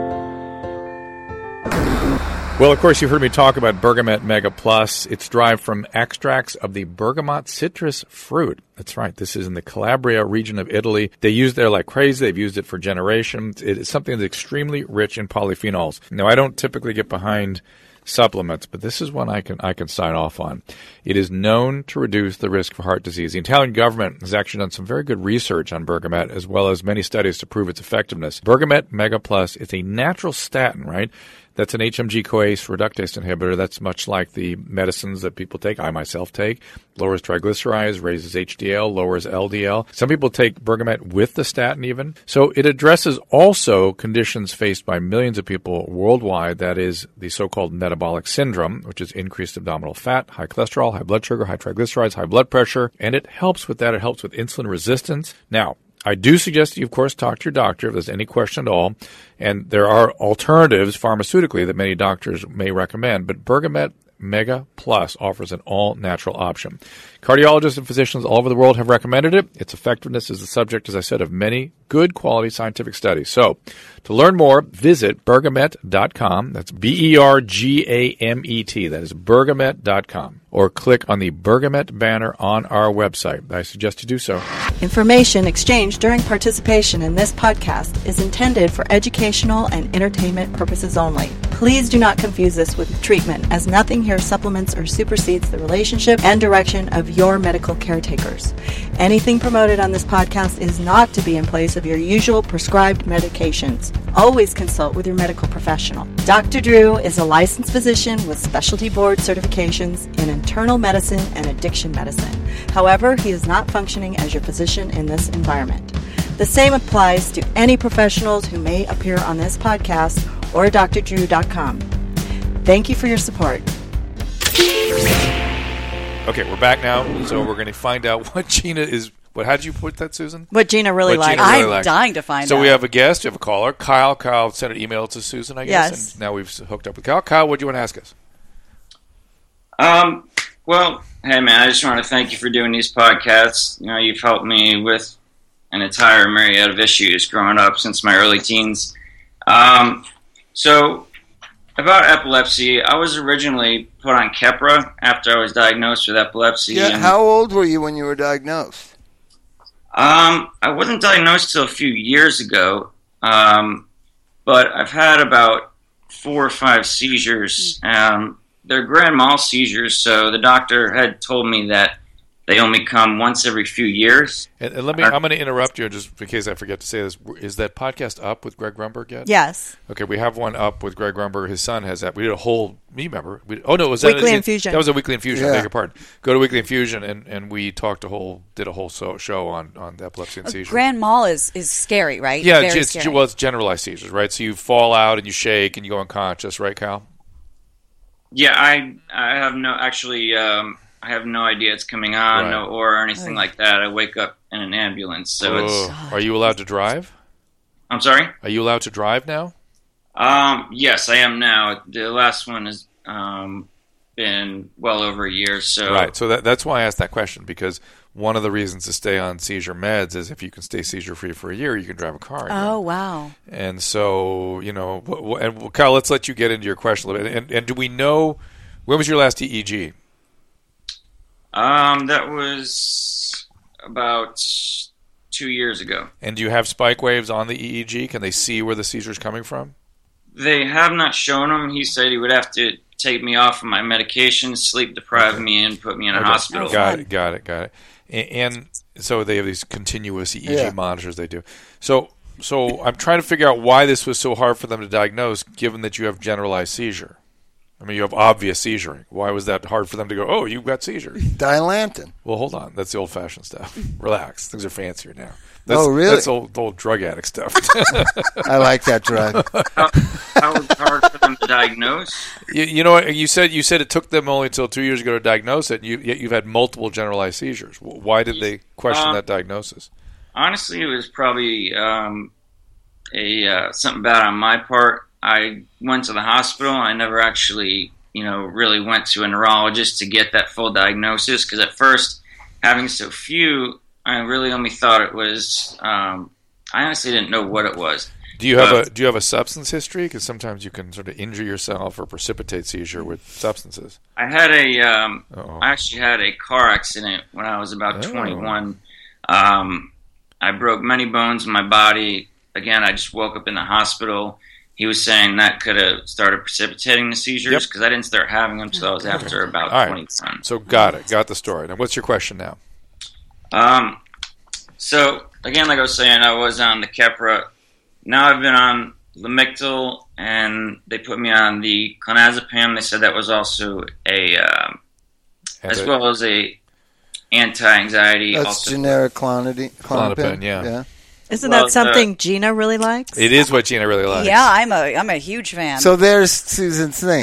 A: Well, of course, you've heard me talk about Bergamot Mega Plus. It's derived from extracts of the bergamot citrus fruit. That's right. This is in the Calabria region of Italy. They use it there like crazy. They've used it for generations. It is something that's extremely rich in polyphenols. Now, I don't typically get behind supplements, but this is one I can I can sign off on. It is known to reduce the risk for heart disease. The Italian government has actually done some very good research on bergamot as well as many studies to prove its effectiveness. Bergamot Mega Plus, it's a natural statin, right? That's an HMG CoA reductase inhibitor. That's much like the medicines that people take. I myself take. Lowers triglycerides, raises HDL, lowers LDL. Some people take bergamot with the statin even. So it addresses also conditions faced by millions of people worldwide. That is the so-called metabolic syndrome, which is increased abdominal fat, high cholesterol, high blood sugar, high triglycerides, high blood pressure. And it helps with that. It helps with insulin resistance. Now, I do suggest that you, of course, talk to your doctor if there's any question at all. And there are alternatives pharmaceutically that many doctors may recommend, but Bergamet Mega Plus offers an all natural option. Cardiologists and physicians all over the world have recommended it. Its effectiveness is the subject, as I said, of many good quality scientific studies. So, to learn more, visit bergamet.com. That's B E R G A M E T. That is bergamet.com. Or click on the Bergamet banner on our website. I suggest you do so.
E: Information exchanged during participation in this podcast is intended for educational and entertainment purposes only. Please do not confuse this with treatment, as nothing here supplements or supersedes the relationship and direction of your medical caretakers. Anything promoted on this podcast is not to be in place of your usual prescribed medications. Always consult with your medical professional. Dr. Drew is a licensed physician with specialty board certifications in internal medicine and addiction medicine. However, he is not functioning as your physician in this environment. The same applies to any professionals who may appear on this podcast or drdrew.com. Thank you for your support.
A: Okay, we're back now. So, we're going to find out what Gina is. What, how'd you put that, Susan?
E: What Gina really
A: What
E: liked.
A: Gina really
D: I'm
A: liked.
D: dying to find
A: so
D: out.
A: we have a guest, we have a caller, Kyle. Kyle sent an email to Susan, I guess.
E: Yes.
A: And now we've hooked up with Kyle. Kyle, what do you want to ask us?
F: Um, well, hey man, I just want to thank you for doing these podcasts. You know, you've helped me with an entire myriad of issues growing up since my early teens. Um, so about epilepsy, I was originally put on Keppra after I was diagnosed with epilepsy.
B: Yeah.
F: and-
B: How old were you when you were diagnosed?
F: um, I wasn't diagnosed till a few years ago, um, but I've had about four or five seizures. Um, they're grand mal seizures, so the doctor had told me that they only come once every few years.
A: And, and let me, I'm going to interrupt you just in case I forget to say this. Is that podcast up with Greg Grumberg yet?
E: Yes.
A: Okay, we have one up with Greg Grumberg. His son has that. We did a whole. Me remember? We, oh no, it was
E: Weekly
A: that,
E: Infusion.
A: That was a weekly infusion. I
B: Yeah.
A: beg your pardon. Go to weekly infusion, and, and we talked a whole, did a whole so, show on on epilepsy and seizures.
D: Grand Mall is is scary, right?
A: yeah,
D: Very
A: it's,
D: scary.
A: well, it's generalized seizures, right? So you fall out and you shake and you go unconscious, right, Kyle?
F: Yeah, I I have no actually um, I have no idea it's coming on
A: Right.
F: no, or anything like that. I wake up in an ambulance, so it's
A: Oh, are you allowed to drive?
F: I'm sorry.
A: Are you allowed to drive now?
F: Um, yes, I am now. The last one has um, been well over a year, so
A: Right. So that, that's why I asked that question because one of the reasons to stay on seizure meds is if you can stay seizure free for a year, you can drive a car. again.
D: oh wow.
A: And so, you know, wh- wh- and well, Kyle, let's let you get into your question a little bit. And, and do we know when was your last E EEG?
F: Um, that was about two years ago.
A: And do you have spike waves on the EEG? Can they see where the seizure's coming from?
F: They have not shown him. He said he would have to take me off of my medication, sleep deprive me, and put me in a hospital.
B: Oh,
A: Got it, got it, got it. And, and so they have these continuous EEG
B: Yeah.
A: monitors they do. So, so I'm trying to figure out why this was so hard for them to diagnose, given that you have generalized seizure. I mean, you have obvious seizure. Why was that hard for them to go? Oh, you've got seizure.
B: Dilantin.
A: Well, hold on. That's the old-fashioned stuff. Relax. Things are fancier now. That's,
B: Oh, really?
A: That's old, old drug addict stuff.
B: I like that drug.
F: How was it hard for them to diagnose?
A: you, you know, what? you said you said it took them only until two years ago to diagnose it. And you, yet you've had multiple generalized seizures. W- Why did they question
F: Um,
A: that diagnosis?
F: Honestly, it was probably um, a uh, something bad on my part. I went to the hospital. I never actually, you know, really went to a neurologist to get that full diagnosis because at first, having so few, I really only thought it was. Um, I honestly didn't know what it was.
A: Do you have
F: uh,
A: a do you have a substance history? Because sometimes you can sort of injure yourself or precipitate seizure with substances.
F: I had a, um,
A: Uh-oh.
F: I actually had a car accident when I was about
A: Oh.
F: 21. Um, I broke many bones in my body. Again, I just woke up in the hospital. He was saying that could have started precipitating the seizures
A: Yep.
F: because I didn't start having them until I was after about
A: All right.
F: 21.
A: So got it. Got the story. Now, what's your question now?
F: Um, so again, like I was saying, I was on the Keppra. Now I've been on Lamictal, and they put me on the clonazepam. They said that was also a um,
A: And
F: as
A: the-
F: well as a anti-anxiety.
B: That's
F: also-
B: generic clonidine.
A: Clonopin, yeah.
E: Isn't
F: Well, uh,
E: that something Gina really likes?
A: It is what Gina really likes.
D: Yeah, I'm a I'm a huge fan.
B: So there's Susan's thing.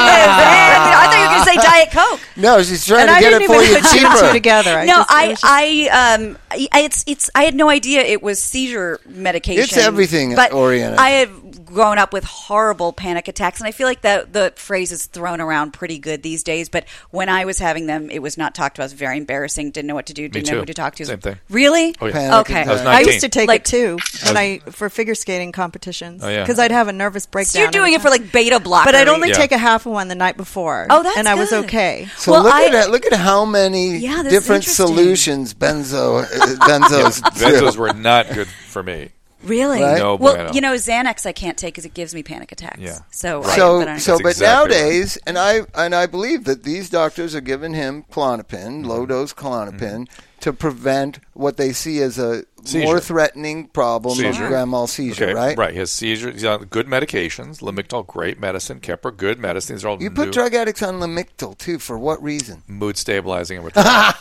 D: I thought you were going to say Diet Coke.
B: No, she's trying
E: and I
B: to get
E: didn't
B: it
E: even
B: for you
E: put two and two
B: cheaper.
E: together. I
D: no,
E: just- it
D: I,
E: was just-
D: I, um, I, it's, it's, I had no idea it was seizure medication.
B: It's everything
D: but
B: oriented.
D: I have grown up with horrible panic attacks, and I feel like the the phrase is thrown around pretty good these days. But when I was having them, it was not talked about. It was very embarrassing. Didn't know what to do. Didn't know
A: too.
D: who to talk to.
A: Same thing.
D: Really?
A: Oh, yeah.
B: Panic
D: Okay.
B: attack. I was
E: I used to
A: 19.
E: take
D: Like-
E: it too when I for figure skating competitions
A: Oh, yeah.
E: because I'd have a nervous breakdown.
D: So you're doing
E: every
D: it for
E: time.
D: like beta blockers.
E: but I'd only
A: Yeah.
E: take a half of one the night before.
D: Oh, that's
E: and I was
D: good.
E: okay.
B: So
D: Well,
B: look
D: I-
B: at it. Look at how many
D: Yeah, this is
B: different
D: interesting.
B: solutions benzo uh, benzos.
A: Benzos
B: do.
A: were not good for me.
D: really.
B: Right?
A: No
D: well,
A: bueno.
D: you know, Xanax I can't take because it gives me panic attacks.
A: Yeah.
D: So I-
B: So,
D: but I-
B: so,
A: That's
B: but
A: exactly right.
B: nowadays, and I and I believe that these doctors are giving him clonopin,
A: Mm-hmm.
B: low dose clonopin, to prevent what they see as a more
A: Seizure.
B: threatening problem
A: Seizure.
B: of grand mal seizure.
A: Okay,
B: Right?
A: Right. He has seizures. He's on good medications. Lamictal, great medicine. Keppra, good medicine. These are all
B: You put
A: new
B: drug addicts on Lamictal too. For what reason?
A: mood stabilizing. And we're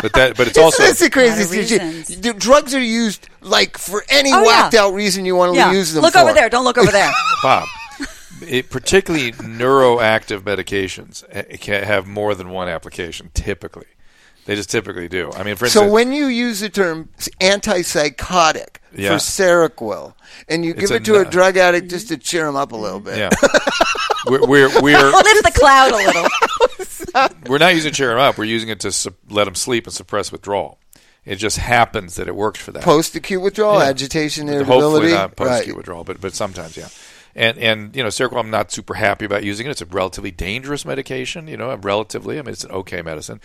A: but that, but it's also
B: That's the
D: A lot
B: craziest
D: of
B: shit.
D: reasons.
B: D- Drugs are used like for any
D: Oh, yeah.
B: whacked out reason you want to
D: yeah.
B: use them.
D: Look
B: for.
D: over there. Don't look over there.
A: Bob. It, particularly neuroactive medications eh, can have more than one application. Typically, they just typically do. I mean, for instance,
B: So when you use the term s- antipsychotic
A: Yeah.
B: for Seroquel, and you give
A: a
B: it to a
A: nu-
B: drug addict just
D: Mm-hmm.
B: to cheer him up a little bit,
A: yeah, we're we're we're,
D: Lift the cloud a little.
A: we're not using it to cheer him up. We're using it to su- let him sleep and suppress withdrawal. It just happens that it works for that.
B: post acute withdrawal, agitation,
A: Hopefully
B: irritability.
A: not post acute
B: Right.
A: withdrawal, but but sometimes yeah. And and you know Seroquel, I'm not super happy about using it. It's a relatively dangerous medication. You know, relatively. I mean, it's an okay medicine,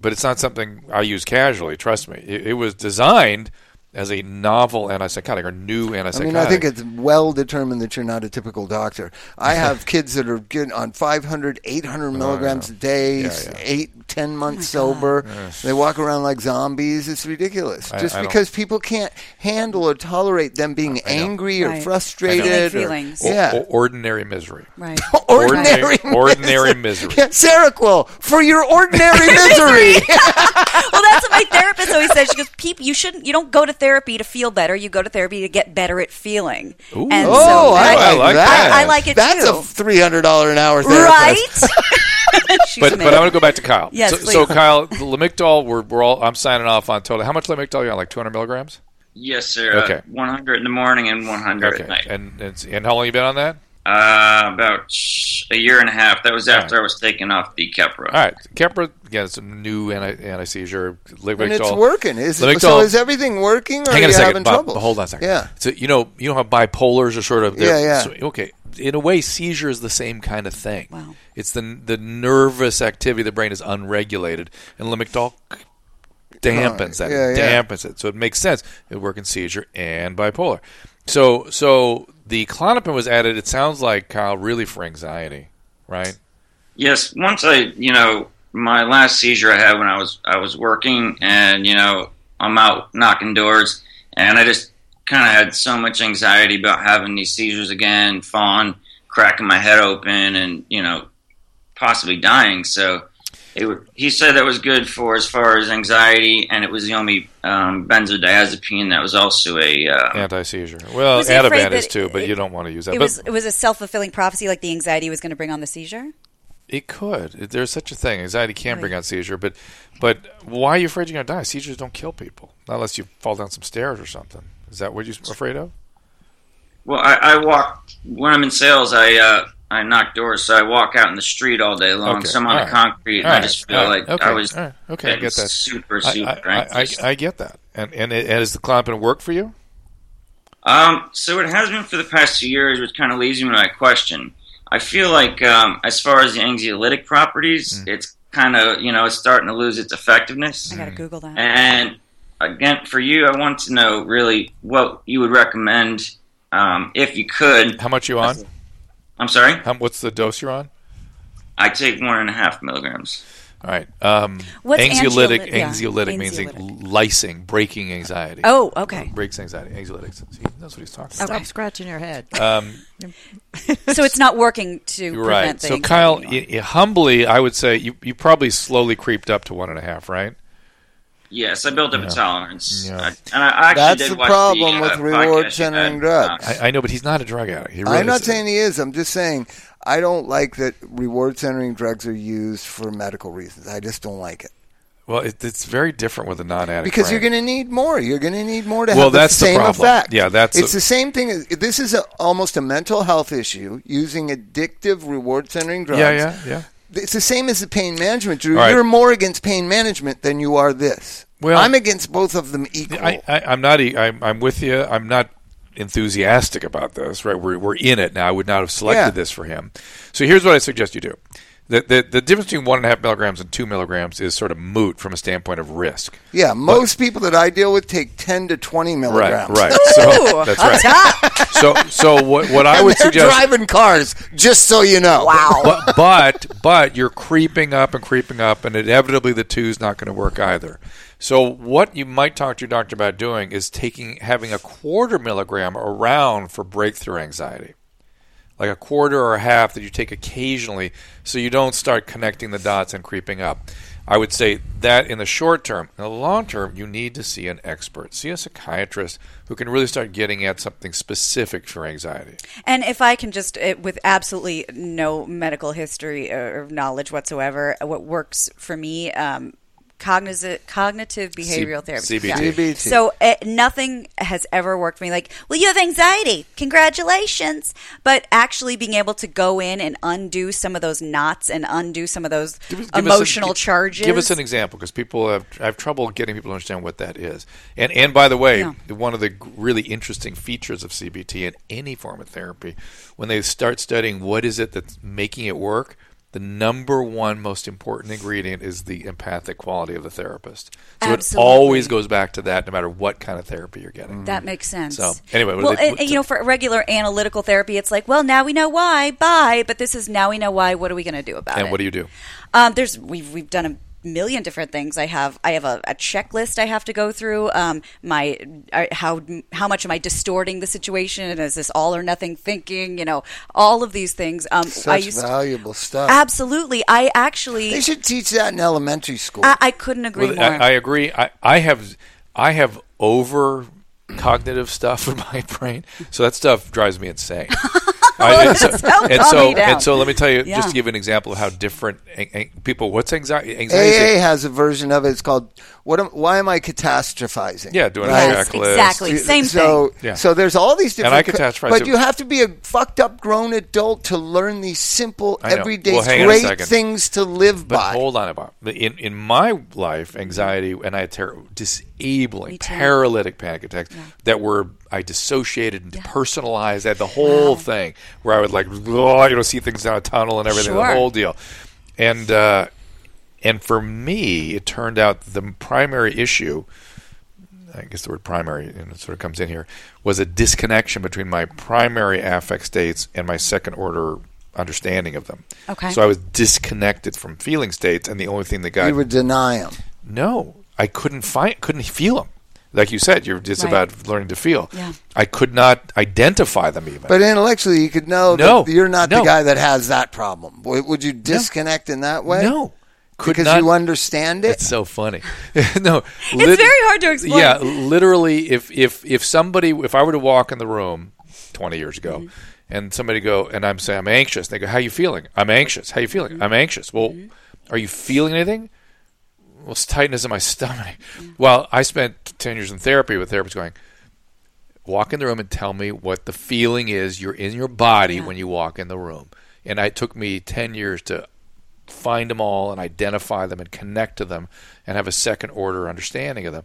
A: but it's not something I use casually. Trust me. It, it was designed as a novel antipsychotic or new antipsychotic.
B: I mean, I think it's well determined that you're not a typical doctor. I have kids that are getting on 500, 800 milligrams a
A: Oh,
B: day,
A: Yeah,
B: s-
A: yeah.
B: eight,
D: Oh,
B: 10 months sober. They walk around like zombies. It's ridiculous.
A: I-
B: Just
A: I don't-
B: because people can't handle or tolerate them being angry or
D: Right.
B: frustrated.
D: I know.
B: or-
D: Feelings.
A: O-
B: yeah.
A: o- ordinary misery.
D: Right.
B: ordinary,
A: Ordinary- ordinary misery.
B: Yeah, Seroquel for your ordinary misery.
D: well, that's what my therapist always says. She goes, "Peep, you shouldn't. You don't go to therapy to feel better. You go to therapy to get better at feeling."
A: Ooh.
D: And
B: oh,
D: so
B: I,
A: I
B: like
A: like
B: that.
A: that.
D: I, I like it
B: That's
D: too.
B: a three hundred dollar an hour therapist.
D: right? She's
A: But but
D: amazing.
A: I want to go back to Kyle.
D: Yes,
A: so,
D: please.
A: so Kyle, the Lamictal, we're, we're all. I'm signing off on totally. How much Lamictal are you on? Like 200 milligrams?
F: Yes, sir. Uh,
A: Okay.
F: 100 in the morning and 100
A: Okay.
F: at night.
A: And, and and how long you been on that?
F: Uh, about sh- a year and a half. That was after
A: right.
F: I was taking off the Keppra.
A: All right, Keppra. Again, it's a new anti anti seizure.
B: and it's working. Is it,
A: Lamictal-
B: so is everything working, or
A: Hang
B: are
A: on
B: you
A: a second,
B: having
A: Bob,
B: trouble?
A: Hold on a second.
B: Yeah.
A: So you know, you know how bipolars are sort of they're-
B: Yeah, yeah.
A: so- okay, in a way, seizure is the same kind of thing. Wow. It's the the nervous activity of the brain is unregulated, and Lamictal dampens that,
B: Yeah, yeah.
A: dampens it. So it makes sense. It would work in seizure and bipolar. So so the clonopin was added. It sounds like Kyle really for anxiety, right?
F: Yes, once I, you know, my last seizure I had when I was I was working, and you know, I'm out knocking doors, and I just kind of had so much anxiety about having these seizures again, falling, cracking my head open, and you know, possibly dying. So, it wa- he said that was good for as far as anxiety, and it was the only um, benzodiazepine that was also a uh,
A: Anti seizure. Well,
D: Was he afraid
A: Ativan
D: that
A: is too, but
D: it-
A: you don't want to use that.
D: it
A: But-
D: was it was a self fulfilling prophecy, like the anxiety was going to bring on the seizure.
A: It could. There's such a thing. Anxiety can bring on seizure, but but why are you afraid you're going to die? Seizures don't kill people not unless you fall down some stairs or something. Is that what you're afraid of?
F: Well, I, I walk when I'm in sales. I uh, I knock doors, so I walk out in the street all day long.
A: Okay,
F: So I'm on
A: all
F: the
A: right,
F: concrete, and
A: all
F: I just
A: right,
F: feel
A: all
F: like
A: right, okay,
F: I was
A: all right, okay, I
F: getting
A: get that.
F: super
A: I,
F: super
A: I, I,
F: anxious.
A: I, I get that. And and, it, and is the clonopin work for you?
F: um, so it has been for the past two years, which kind of leads me to my question. I feel like um, as far as the anxiolytic properties,
A: Mm.
F: it's kind of you know it's starting to lose its effectiveness.
D: I
A: Mm.
D: got to Google that.
F: And again, for you, I want to know really what you would recommend um, if you could.
A: How much you on?
F: I'm sorry,
A: How, what's the dose you're on?
F: I take one and a half milligrams.
A: All right. Um,
D: What's
A: anxiolytic?
D: anxiolytic? Yeah,
A: Anxiolytic means like
D: anxiolytic.
A: lysing, breaking anxiety.
D: Oh, okay.
A: breaks anxiety. Anxiolytics. See, that's what he's talking about.
D: Okay.
E: Stop scratching your head.
D: So it's not working to prevent
A: Um, Right.
D: the
A: So,
D: anxiety
A: Kyle,
D: anymore.
A: y y- humbly, I would say you, you probably slowly creeped up to one and a half, right?
F: Yes, I built up a tolerance,
A: Yeah.
F: I- and I actually
B: That's
F: did
B: the
F: watch the,
B: problem
F: uh,
B: with reward
F: podcast
B: centering
F: you guys-
B: drugs.
A: I, I know, but he's not a drug addict. He really
B: I'm not
A: isn't.
B: saying he is. I'm just saying I don't like that reward centering drugs are used for medical reasons. I just don't like it
A: Well, it, it's very different with a non-addict
B: because
A: right?
B: you're going to need more. You're going to need more to
A: Well,
B: have
A: that's the
B: the same
A: problem.
B: effect.
A: Yeah, that's
B: it's
A: a-
B: the same thing. As, this is a, almost a mental health issue using addictive reward centering drugs.
A: Yeah, yeah, yeah.
B: It's the same as the pain management, Drew.
A: All right.
B: You're more against pain management than you are this.
A: Well-
B: I'm against both of them equal.
A: I, I, I'm not. e- I'm, I'm with you. I'm not enthusiastic about this. Right, we're we're in it now. I would not have selected
B: Yeah.
A: this for him. So here's what I suggest you do. The, the, the difference between one and a half milligrams and two milligrams is sort of moot from a standpoint of risk.
B: yeah, most people that I deal with take 10 to 20
A: Right,
B: milligrams.
A: right. So that's right. So so what what I
B: And
A: would
B: they're
A: suggest
B: driving cars, just so you know. Wow.
A: but, but but you're creeping up and creeping up, and inevitably the two's not going to work either. So what you might talk to your doctor about doing is taking having a quarter milligram around for breakthrough anxiety, like a quarter or a half that you take occasionally, so you don't start connecting the dots and creeping up. I would say that in the short term. In the long term, you need to see an expert, see a psychiatrist who can really start getting at something specific for anxiety.
D: And if I can just, uh, with absolutely no medical history or or knowledge whatsoever, uh, what works for me, um, cognitive cognitive behavioral therapy.
A: CBT.
B: CBT.
D: So uh, nothing has ever worked for me. Like, well, you have anxiety. Congratulations. But actually being able to go in and undo some of those knots and undo some of those
A: Give us a-
D: emotional
A: gi-
D: charges.
A: Give us an example because people have I have trouble getting people to understand what that is. And and by the way, one of the g- really interesting features of CBT and any form of therapy, when they start studying what is it that's making it work, the number one most important ingredient is the empathic quality of the therapist. So
D: Absolutely.
A: it always goes back to that, no matter what kind of therapy you're getting.
D: That makes sense.
A: So, anyway, what
D: well,
A: do they-
D: and, and, you know, for regular analytical therapy, it's like, well, now we know why. Bye. But this is now we know why. What are we going to do about it?
A: and what do you do?
D: Um, there's we've we've done a million different things. I have I have a, a checklist I have to go through. Um, my I- how how much am I distorting the situation? Is this all or nothing thinking? You know, all of these things. Um, I
B: Such
D: used
B: valuable stuff.
D: absolutely. I actually
B: They should teach that in elementary school.
D: I, I couldn't agree
A: Well,
D: more.
A: I, I agree. I, I have I have over cognitive stuff in my brain, so that stuff drives me insane. I- and so,
D: Don't
A: and
D: calm
A: so,
D: me down.
A: and so let me tell you,
D: Yeah.
A: just to give an example of how different an- an- people. What's anxiety? anxiety
B: AA has a version of it. It's called "What? Am, why am I catastrophizing?"
A: yeah, doing
D: Yes,
A: a checklist.
D: exactly. Same
B: so,
A: thing. Yeah.
B: So there's all these
A: And
B: different.
A: I catastrophize
B: catastrophize. But
A: it.
B: you have to be a fucked up grown adult to learn these simple,
A: I know.
B: everyday,
A: Well, hang on a
B: great
A: second.
B: things to live
A: But
B: by.
A: hold on about the- in in my life, anxiety and I had ter- disabling, paralytic panic attacks that were I dissociated and depersonalized. I had the whole thing where I would like "Blah," you know see things down a tunnel and everything,
D: Sure.
A: the whole deal, and uh, and for me, it turned out the primary issue. I guess the word primary you know, sort of comes in here was a disconnection between my primary affect states and my second order understanding of them.
D: Okay.
A: So I was disconnected from feeling states, and the only thing that got
B: you would deny them.
A: no, I couldn't find, couldn't feel them. Like you said, you're just
D: Right.
A: about learning to feel.
D: Yeah.
A: I could not identify them even.
B: But intellectually, you could know
A: No.
B: that you're not
A: No.
B: the guy that has that problem. W- Would you disconnect in that way?
A: no, could
B: because
A: not.
B: you understand it.
A: It's so funny. no, it's
D: very hard to explain.
A: Yeah, literally, if if if somebody, if I were to walk in the room twenty years ago,
D: Mm-hmm.
A: and somebody go, and I'm saying I'm anxious, they go, "How you feeling? I'm anxious. How you feeling?
D: Mm-hmm.
A: I'm anxious." Well, are you feeling anything? Well, it's tightness in my stomach. Well, I spent ten years in therapy with therapists going. Walk in the room and tell me what the feeling is you're in your body when you walk in the room. And it took me 10 years to find them all and identify them and connect to them and have a second order understanding of them.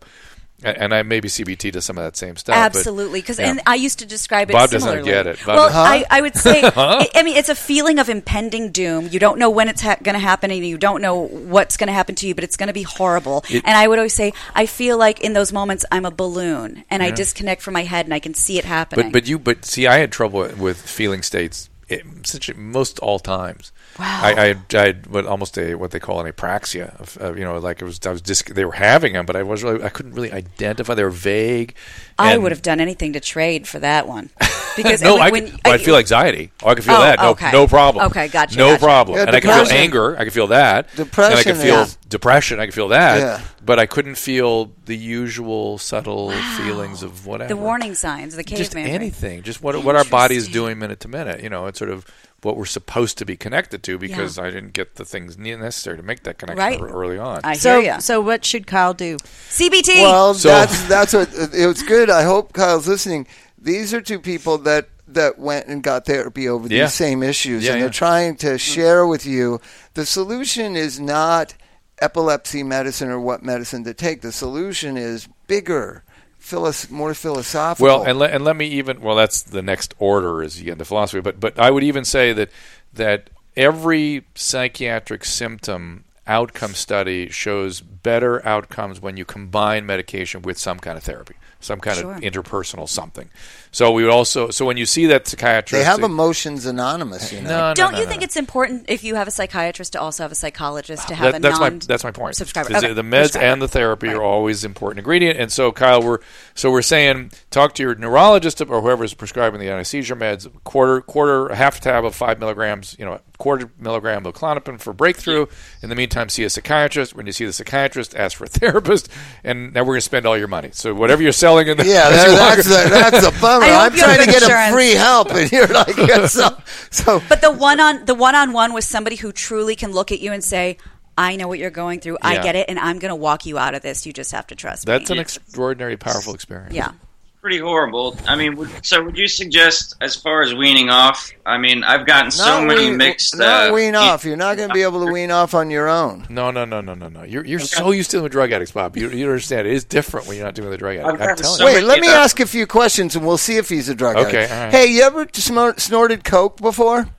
A: And, and I maybe CBT does some of that same stuff. but-
D: Absolutely, because
A: Yeah.
D: and I used to describe it.
A: Bob does
D: similarly.
A: not get it. Bob
D: well,
A: does-
D: I, I would say, I I mean, it's a feeling of impending doom. You don't know when it's ha- going to happen, and you don't know what's going to happen to you, but it's going to be horrible. and I would always say, I feel like in those moments I'm a balloon, and I disconnect from my head, and I can see it happening.
A: but but you but see, I had trouble with feeling states it, such most all times. Wow. I I, I had what almost a what they call an apraxia of, of you know like it was I was dis- they were having them, but I was really I couldn't really identify. They were vague.
D: I
A: and-
D: would have done anything to trade for that one. Because
A: no,
D: when-
A: I,
D: when-
A: can, well, I feel anxiety. Oh, I can feel
D: Oh,
A: that. No,
D: okay.
A: no problem.
D: Okay, gotcha,
A: No
D: gotcha.
A: problem.
B: Yeah,
A: and I can feel
B: depression-
A: anger. I can feel that. And I
B: Depression
A: can feel
B: is-
A: depression. I can feel that.
B: Yeah.
A: But I couldn't feel the usual subtle feelings of whatever.
D: the warning signs, the caveman.
A: Just
D: brain.
A: anything. Just what what our body is doing minute to minute. You know, it's sort of what we're supposed to be connected to because I didn't get the things ne- necessary to make that connection
D: Right.
A: ear- early on.
D: I
E: So,
D: hear you.
E: so what should Kyle do?
D: CBT.
B: Well,
A: So-
B: that's that's what it was good. I hope Kyle's listening. These are two people that that went and got therapy over
A: Yeah.
B: these same issues,
A: Yeah, yeah. Mm.
B: and they're trying to share with you the solution is not epilepsy medicine or what medicine to take. The solution is bigger, philos- more philosophical.
A: Well, and let, and let me even well, that's the next order is you get into philosophy, but but I would even say that that every psychiatric symptom outcome study shows better outcomes when you combine medication with some kind of therapy, some kind of interpersonal something. So we would also so when you see that psychiatrist,
B: they have emotions anonymous, you know.
A: no, no,
D: Don't
A: no,
D: you
A: no,
D: think
A: no.
D: it's important if you have a psychiatrist to also have a psychologist to have
A: Ah, That-
D: a
A: that's my
D: non
A: that's my point.
D: subscriber?
A: Is
D: Okay.
A: that The meds
D: Prescriber.
A: and the therapy are always important ingredient. And so Kyle, we're so we're saying talk to your neurologist or whoever's prescribing the anti-seizure meds. Quarter quarter a half tab of five milligrams, you know, quarter milligram of clonopin for breakthrough. In the meantime, see a psychiatrist. When you see the psychiatrist, ask for a therapist. And now we're going to spend all your money. So whatever you're selling in the
B: Yeah,
A: as
B: that,
A: you walk-
B: that's a, that's a bummer.
D: I hope
B: I'm
D: you have
B: trying to get a
D: insurance.
B: free help, and you're like, yeah, so, so
D: But the one on the one on one was somebody who truly can look at you and say, "I know what you're going through. I
A: Yeah.
D: get it, and I'm going to walk you out of this. You just have to trust
A: that's
D: me."
A: an extraordinary, powerful experience.
D: yeah.
F: pretty horrible. I mean, would, so would you suggest as far as weaning off? I mean, I've gotten so many
B: wean,
F: mixed.
B: Not
F: uh,
B: wean off. You're not going to be able to wean off on your own.
A: No, no, no, no, no, no. You're, you're so used to the drug addicts, Bob. You, you don't understand. It is different when you're not doing the drug addict.
F: I've
A: I'm
F: had
A: telling
F: so
A: you.
B: Wait,
F: Somebody
B: let me
F: did that.
B: ask a few questions, and we'll see if he's a drug
A: Okay,
B: addict.
A: all right.
B: Hey, you ever smo- snorted coke before?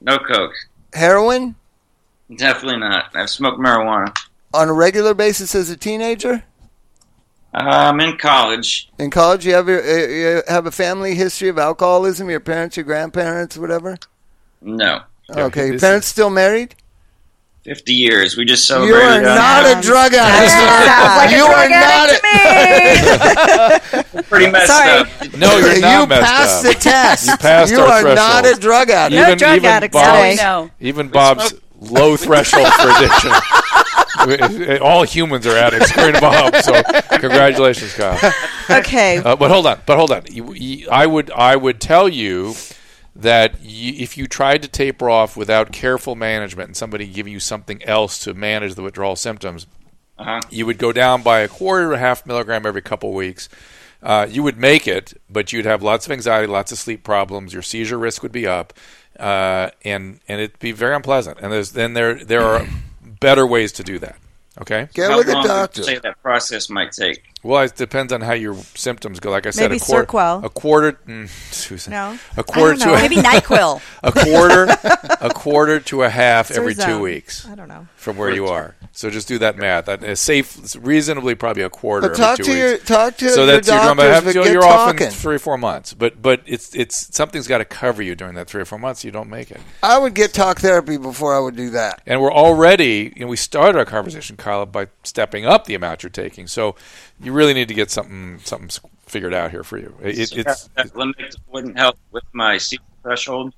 F: No coke.
B: Heroin
F: Definitely not. I've smoked marijuana.
B: on a regular basis as a teenager
F: Um, in college,
B: in college? You have your, uh, you have a family history of alcoholism. Your parents, your grandparents, whatever.
F: no.
B: okay, your
A: this
B: parents still married?
F: Fifty years. We just
B: You
F: celebrated. uh,
B: are
F: on-
B: not a drug addict.
D: Like a
B: You
D: drug
B: are not.
D: addict
B: a-
D: to me.
F: pretty messed
D: Sorry.
F: up.
A: No, you're not
B: You
A: messed
B: passed
A: up.
B: the test.
A: You passed our
B: are not a
A: threshold.
B: drug addict.
E: No drug addicts
A: Bob's,
E: today.
D: No.
A: Even Bob's low threshold for addiction. All humans are addicts, according to Bob. So congratulations, Kyle.
E: Okay.
A: Uh, but hold on, but hold on. You, you, I would I would tell you that you, if you tried to taper off without careful management and somebody giving you something else to manage the withdrawal symptoms,
F: Uh-huh.
A: you would go down by a quarter to a half milligram every couple weeks. Uh, you would make it, but you'd have lots of anxiety, lots of sleep problems. Your seizure risk would be up, uh, and and it'd be very unpleasant. And there's then there there are better ways to do that. Okay.
B: Get
F: How
B: with a
F: long would you
B: doctor.
F: Say that process might take.
A: Well, it depends on how your symptoms go. Like I said,
E: Maybe
A: a quarter,
E: Seroquel.
A: a quarter, mm, Susan,
E: No. I
A: a quarter
E: don't know.
A: to a,
D: Maybe Nyquil.
A: a quarter, a quarter to a half every
E: Zerzone.
A: two weeks
E: I don't know.
A: from where you are. So just do that math. That is safe, it's reasonably probably a quarter.
B: But
A: every
B: talk
A: two
B: to
A: weeks.
B: your talk to
A: so
B: your
A: that's you're,
B: doctors,
A: gonna have
B: but
A: to-
B: get
A: you're off
B: talking.
A: in three or four months. But but it's it's something's got to cover you during that three or four months. You don't make it.
B: I would get talk therapy before I would do that.
A: And we're already, you know, we started our conversation, Kyle, by stepping up the amount you're taking. So you really need to get something something s- figured out here for you. It, it, it's
F: that limit wouldn't help with my seizure threshold.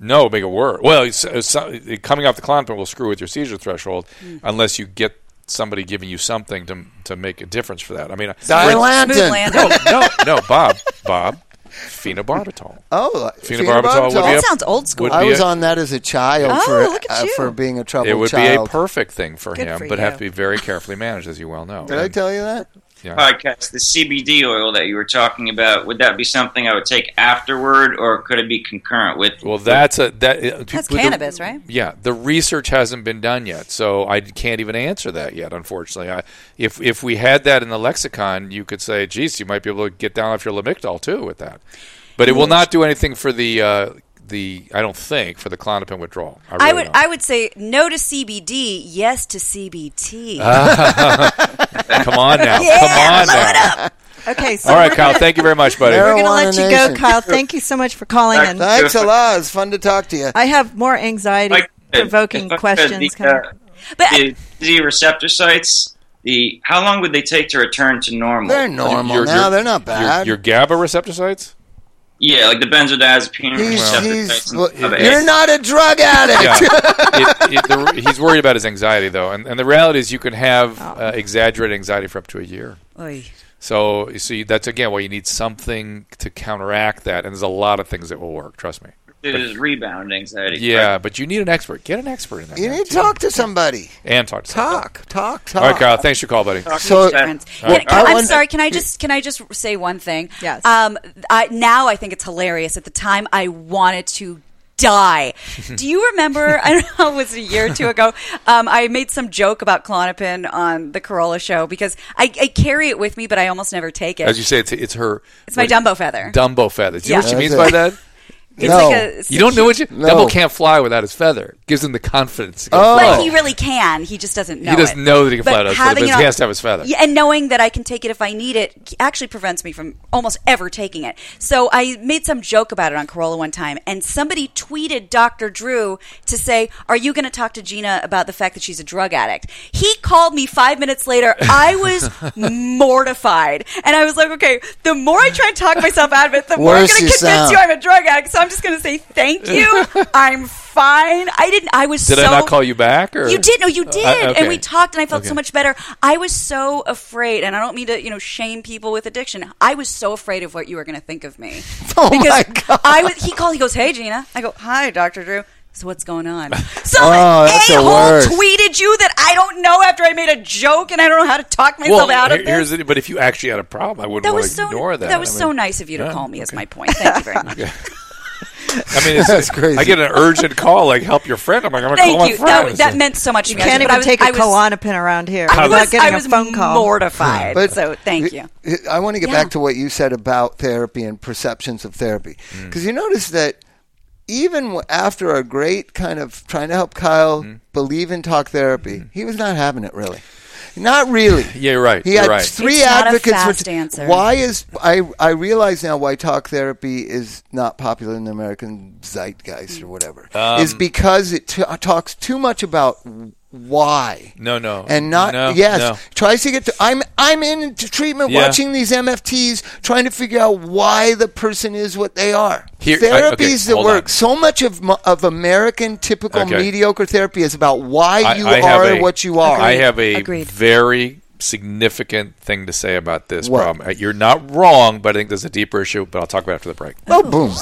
A: no make it worse. Well, it's, it's, it, coming off the Klonopin will screw with your seizure threshold
D: Mm.
A: unless you get somebody giving you something to to make a difference for that. I mean, uh,
D: Smooth
B: Dilantin.
D: lander.
A: no, no, no, Bob, Bob, phenobarbital.
B: Oh,
A: Phenobarbital would be
D: That
A: a-
D: sounds old school.
A: would
B: I
A: be
B: was
A: a-
B: on that as a child
E: Oh,
B: for
E: look at
B: uh,
E: you.
B: for being a troubled
A: It would
B: child.
A: be a perfect thing for
E: Good
A: him,
E: for
A: but have
E: you.
A: to be very carefully managed, as you well know.
B: Did I
A: And-
B: tell you that?
A: yeah.
F: Podcast, the CBD oil that you were talking about, would that be something I would take afterward, or could it be concurrent with?
A: Well, that's a that. uh,
D: That's
A: the-
D: cannabis, right?
A: Yeah, the research hasn't been done yet, so I can't even answer that yet. Unfortunately, I, if if we had that in the lexicon, you could say, "Geez, you might be able to get down off your lamictal too with that," but it will not do anything for the uh, the. I don't think for the clonopin withdrawal. I, really
D: I would
A: don't.
D: I would say no to CBD, yes to CBT.
A: come on now,
D: Yeah,
A: come on
D: blow
A: now.
D: it up.
E: Okay. So
A: All right,
E: we're
A: Kyle,
E: gonna-
A: thank you very much, buddy.
B: There-
E: We're going to let you
B: Marijuana
E: go,
B: Nation.
E: Kyle. Thank you so much for calling in.
B: Thanks a lot. It's fun to talk to you.
E: I have more anxiety
F: Like,
E: provoking
F: if I said
E: questions
F: The,
E: coming.
F: uh, the Z receptor sites. The how long would they take to return to normal?
B: they're normal
A: Your- your-
B: now. They're not
A: your-
B: bad.
A: Your, GABA receptor sites.
F: Yeah, like the benzodiazepine
B: He's,
F: receptor
B: he's,
F: types
B: well,
F: of it.
B: you're not a drug addict.
A: Yeah. It- it- the- he's worried about his anxiety, though, and, and the reality is you can have uh, exaggerated anxiety for up to a year.
D: Oh. Oy.
A: So you see, that's again why you need something to counteract that, and there's a lot of things that will work. Trust me.
F: It is rebound anxiety.
A: Yeah, but you need an expert. Get an expert in that.
B: You
A: man,
B: need to
A: too.
B: talk to somebody.
A: and talk. To somebody.
B: Talk, talk, talk.
A: All right, Kyle. Thanks for your call, buddy.
B: So,
D: friends.
B: Well,
D: Can- can-
B: I
D: I'm
B: wonder-
D: sorry. Can I just can I just say one thing?
E: Yes.
D: Um. I, now I think it's hilarious. At the time, I wanted to die. Do you remember? I don't know. It was a year or two ago. Um, I made some joke about clonopin on the Corolla show because I, I carry it with me, but I almost never take it.
A: As you say, it's, it's her.
D: It's my
A: what-
D: Dumbo feather.
A: Dumbo feather. Do you know what she
B: Yeah.
A: means by
B: That's
A: that?
D: it's
B: No.
D: like a.
A: You don't know what you.
B: No.
A: Dumbo can't fly without his feather. Gives him the confidence. To go
B: Oh.
A: fly.
D: But he really can. He just doesn't know.
A: He doesn't
D: it.
A: know that he can fly
D: But
A: without his feather,
D: having
A: but
D: it
A: he
D: on-
A: has to have his feather.
D: Yeah, and knowing that I can take it if I need it actually prevents me from almost ever taking it. So I made some joke about it on Corolla one time, and somebody tweeted Dr. Drew to say, "Are you going to talk to Gina about the fact that she's a drug addict?" He called me five minutes later. I was mortified, and I was like, "Okay, the more I try and talk myself out of it, the more I'm
B: Worse
D: going to
B: you
D: convince
B: sound.
D: you I'm a drug addict." So I'm just going to say, "Thank you. I'm fine. I didn't. I was
A: Did
D: so
A: I not call you back? Or
D: you did. No,
B: Oh,
D: you
A: Uh,
D: did.
A: okay.
D: And we talked, and I felt
A: Okay.
D: so much better. I was so afraid, and I don't mean to, you know, shame people with addiction. I was so afraid of what you were going to think of me.
B: Oh,
D: because
B: my God.
D: I was. He called. He goes, "Hey, Gina." I go, "Hi, Doctor Drew." So what's going on? So
B: Oh, that's the
D: a hole
B: worst.
D: tweeted you that I don't know after I made a joke and I don't know how to talk myself
A: Well,
D: out of
A: here- here's
D: this.
A: the, but if you actually had a problem, I wouldn't
D: that
A: want
D: was
A: to
D: so
A: ignore that.
D: was
A: I
D: so
A: mean-
D: nice of you to
A: yeah,
D: call me. Is my point. Thank you very much.
A: I mean, it's,
B: That's crazy.
A: I get an urgent call, like help your friend. I'm like, I'm gonna call
D: Thank
A: my
D: you.
A: friend.
D: That, that meant so much to me.
E: Can't
D: But
E: even
D: I was,
E: take a
D: I was,
E: Klonopin around here
D: I
E: without
D: was,
E: getting
D: I was
E: a phone call.
D: mortified. so thank you.
B: I want to get
D: Yeah.
B: back to what you said about therapy and perceptions of therapy.
A: Mm.
B: Because you notice that even w- after a great kind of trying to help Kyle
A: Mm.
B: believe in talk therapy, he was not having it really. Not really.
A: Yeah, you're right.
B: He
A: You're
B: had
A: right.
B: three
D: It's not a
B: advocates
D: fast
B: for
D: answer.
B: Why is I I realize now why talk therapy is not popular in the American zeitgeist or whatever
A: Um,
B: is because it t- talks too much about why
A: no, no,
B: and not
A: no,
B: yes
A: no.
B: tries to get to i'm i'm in t- treatment
A: Yeah.
B: watching these mfts trying to figure out why the person is what they are
A: Here- I- okay,
B: therapies that
A: hold
B: work
A: on.
B: so much of mo- of american typical
A: Okay.
B: mediocre therapy is about why
A: I-
B: you
A: I have
B: are
A: a-
B: what you are
A: I have a
D: Agreed.
A: very significant thing to say about this
B: What?
A: problem. Uh, You're not wrong, but I think there's a deeper issue. But I'll talk about it after the break.
B: oh boom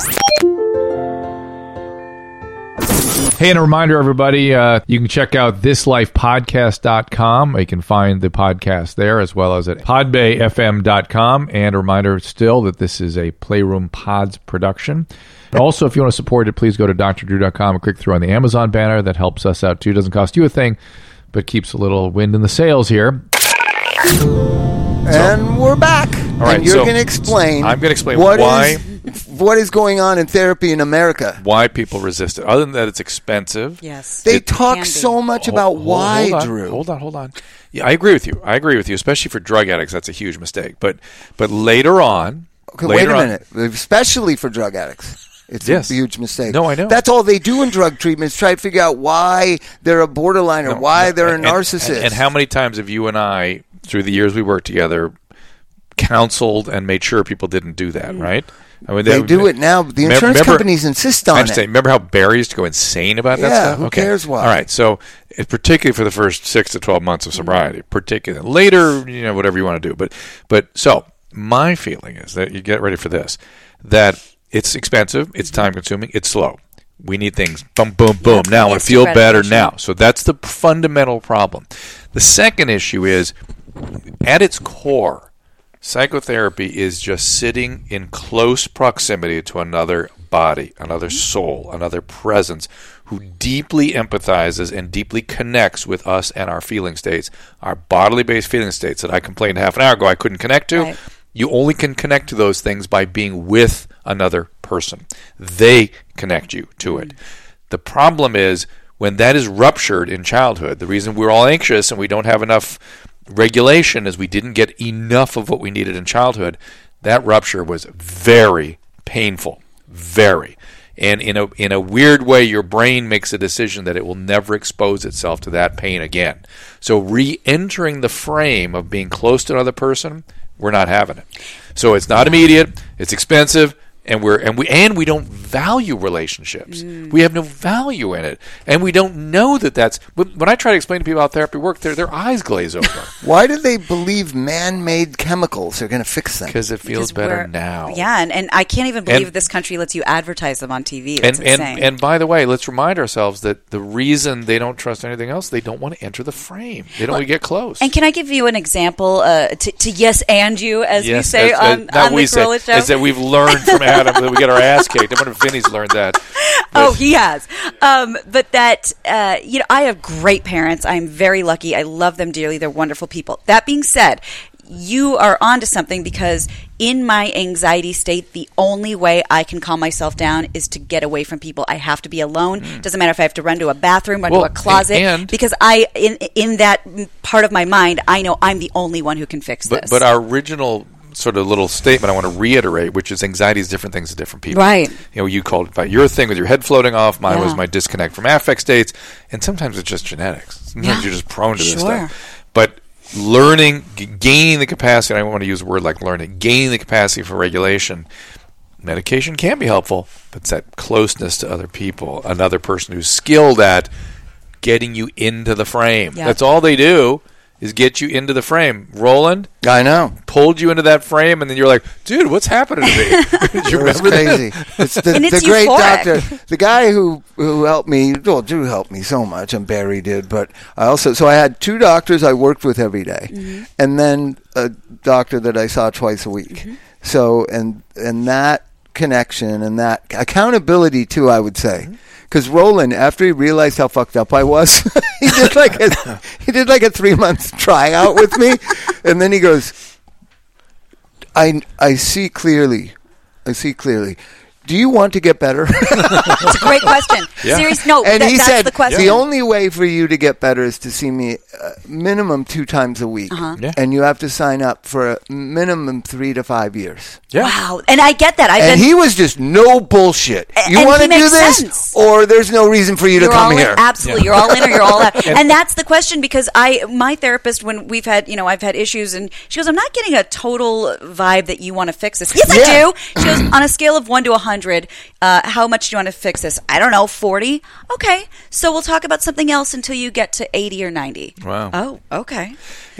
G: Hey, and a reminder, everybody, uh, you can check out thislifepodcast.com. You can find the podcast there as well as at podbayfm.com. And a reminder still that this is a Playroom Pods production. And also, if you want to support it, please go to drdrew.com and click through on the Amazon banner. That helps us out too. Doesn't cost you a thing, but keeps a little wind in the sails here.
B: and we're back all
A: right,
B: and you're
A: so
B: going to explain
A: I'm gonna explain
B: what
A: why-
B: is- what is going on in therapy in america
A: Why people resist it? Other than that, it's expensive.
D: Yes.
B: they
A: It
B: talk
D: can be.
B: so much
A: Hol-
B: about
A: hol-
B: why
A: hold on,
B: drew
A: Hold on, hold on. Yeah, I agree with you. I agree with you, especially for drug addicts. That's a huge mistake. But but later on,
B: Okay, wait
A: later
B: a
A: on-
B: minute. Especially for drug addicts. It's
A: Yes.
B: a huge mistake.
A: No, I know.
B: That's all they do in drug treatment is try to figure out why they're a borderline or
A: No,
B: why
A: no,
B: they're
A: and-
B: a
A: and-
B: narcissist.
A: And, and how many times have you and I, through the years we worked together, counseled and made sure people didn't do that, right? I mean,
B: They do it now, but the
A: Mem-
B: insurance companies insist on
A: I
B: it.
A: understand. Remember how Barry used to go insane about that
B: Yeah,
A: stuff?
B: who cares why?
A: All right, so it, particularly for the first six to twelve months of sobriety, particularly later, you know, whatever you want to do. But but so my feeling is that you get ready for this. That it's expensive, it's time consuming, it's slow. We need things boom, boom, boom. now I want to feel better
D: gratification.
A: now. So that's the fundamental problem. The second issue is at its core, psychotherapy is just sitting in close proximity to another body, another soul, another presence who deeply empathizes and deeply connects with us and our feeling states, our bodily based feeling states that I complained half an hour ago I couldn't connect to.
D: Right.
A: You only can connect to those things by being with another person. They connect you to it. The problem is when that is ruptured in childhood, the reason we're all anxious and we don't have enough regulation is we didn't get enough of what we needed in childhood. That rupture was very painful, very. And in a, in a weird way, your brain makes a decision that it will never expose itself to that pain again. So, re entering the frame of being close to another person, we're not having it. So, it's not immediate, it's expensive, and we're and we and we don't value relationships. We have no value in it, and we don't know that that's. When when I try to explain to people how therapy works, their their eyes glaze over
B: Why do they believe man-made chemicals are going to fix them?
A: because it feels
D: Because
A: better
D: we're-
A: now.
D: Yeah, and, and I can't even believe
A: And-
D: this country lets you advertise them on TV. It's
A: And, and
D: insane.
A: and by the way, let's remind ourselves that the reason they don't trust anything else, they don't want to enter the frame. They don't want to get close.
D: And can I give you an example uh, to, to yes and you, as we say
A: that's-
D: on,
A: that- not
D: on
A: we
D: the
A: say,
D: Corolla show?
A: Is that we've learned from Adam that we get our ass kicked. I wonder if Vinny's learned that.
D: oh, he has. Um, but that, uh, you know, I have great parents. I'm very lucky. I love them dearly. They're wonderful people. That being said, you are onto something because in my anxiety state, the only way I can calm myself down is to get away from people. I have to be alone. Doesn't matter if I have to run to a bathroom, run
A: Hmm. Well,
D: to a closet,
A: and-
D: because I, in in that part of my mind, I know I'm the only one who can fix
A: But,
D: this.
A: but our original sort of little statement I want to reiterate, which is anxiety is different things to different people.
D: Right.
A: You know, you called it by your thing with your head floating off. Mine was
D: Yeah.
A: my disconnect from affect states. And sometimes it's just genetics. Sometimes
D: Yeah.
A: you're just prone to this
D: Sure.
A: stuff. But learning, g- gaining the capacity, and I want to use a word like learning, gaining the capacity for regulation. Medication can be helpful, but it's that closeness to other people, another person who's skilled at getting you into the frame.
D: Yeah.
A: That's all they do is get you into the frame. Roland,
B: I know.
A: pulled you into that frame, and then you're like, dude, what's happening to me? you
B: It was
A: remember that?
B: crazy. It's the,
D: And it's
B: the great
D: euphoric.
B: doctor, the guy who who helped me. Well, Drew helped me so much, and Barry did. But I also so I had two doctors I worked with every day,
D: Mm-hmm.
B: Mm-hmm. and then a doctor that I saw twice a week. So and and that connection and that accountability too, I would say. Because Roland, after he realized how fucked up I was, he did like a, he did like a three month tryout with me, and then he goes, I, I see clearly. I see clearly. Do you want to get better?
D: it's a great question.
A: Yeah.
D: Serious, no,
B: and
D: Oh, that-
B: he
D: that's
B: said,
D: the question.
B: only way for you to get better is to see me uh, minimum two times a week.
D: Uh-huh.
A: Yeah.
B: And you have to sign up for a minimum three to five years.
A: Yeah.
D: Wow, and I get that. I've
B: And
D: been
B: he was just no bullshit.
D: A-
B: You
D: and
B: want to
D: he
B: do
D: makes
B: this,
D: sense.
B: or there's no reason for you to
D: you're all
B: come
D: in.
B: here.
D: Absolutely, you're all in or you're all out. and that's the question because I, my therapist, when we've had, you know, I've had issues, and she goes, "I'm not getting a total vibe that you want to fix this." Yes,
B: Yeah.
D: I do. She goes, "On a scale of one to hundred, uh, how much do you want to fix this?" I don't know, forty. Okay, so we'll talk about something else until you get to eighty or ninety.
A: Wow.
D: Oh, okay.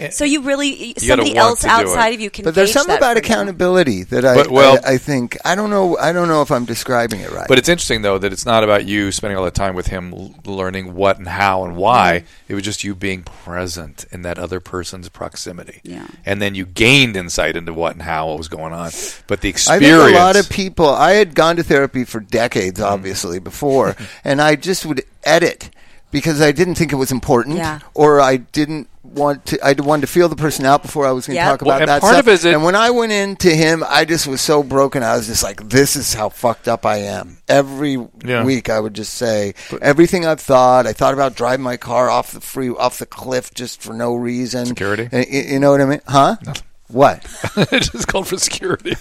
D: So you really
A: gotta
D: somebody
A: want
D: else
A: to do it.
D: outside of you can.
B: but there's
D: gauge
B: something
D: that
B: about
D: for you.
B: accountability that I,
A: But, well-
B: I I think I don't know I don't know if I'm describing it right.
A: But it's interesting, though, that it's not about you spending all the time with him l- learning what and how and why. It was just you being present in that other person's proximity.
D: Yeah.
A: And then you gained insight into what and how what was going on. But the
B: I
A: experience. Mm.
B: think a lot of people. I had gone to therapy for decades, obviously before, and I just would edit because I didn't think it was important,
D: Yeah.
B: or I didn't want to. I wanted to feel the person out before I was going to
D: Yep.
B: talk
A: Well,
B: about
A: and
B: that
A: part
B: stuff.
A: of it is it-
B: and when I went into him, I just was so broken. I was just like, "This is how fucked up I am." Every
A: Yeah.
B: week, I would just say everything I've thought. I thought about driving my car off the free off the cliff just for no reason.
A: Security?
B: Uh, y- you know what I mean? Huh? What?
A: just called for security.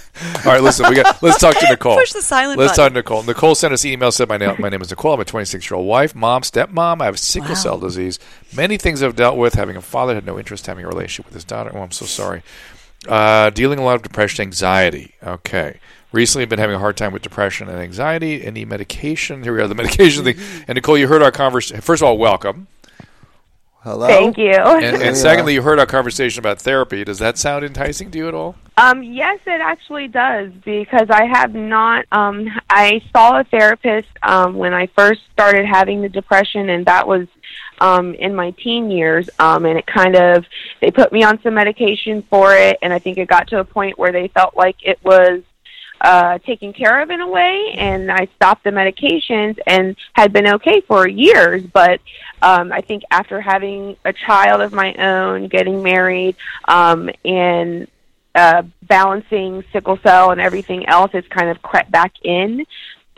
A: All right, listen, we got. Let's talk to Nicole.
D: Push the silent
A: Let's
D: button.
A: talk to Nicole. Nicole sent us an email. Said my name. My name is Nicole. I'm a 26 year old wife, mom, stepmom. I have sickle cell disease. Many things I've dealt with. Having a father had no interest. Having a relationship with his daughter. Oh, I'm so sorry. Uh, dealing a lot of depression, anxiety. Okay. Recently, I've been having a hard time with depression and anxiety. Any medication? Here we are, the medication thing. And Nicole, you heard our conversation. First of all, welcome.
B: Hello.
H: Thank you.
A: And, and secondly, you heard our conversation about therapy. Does that sound enticing to you at all?
H: Um, yes, it actually does because I have not. Um, I saw a therapist um, when I first started having the depression, and that was um, in my teen years. Um, and it kind of they put me on some medication for it, and I think it got to a point where they felt like it was uh, taken care of in a way, and I stopped the medications and had been okay for years. But um, I think after having a child of my own, getting married, um, and uh, balancing sickle cell and everything else has kind of crept back in.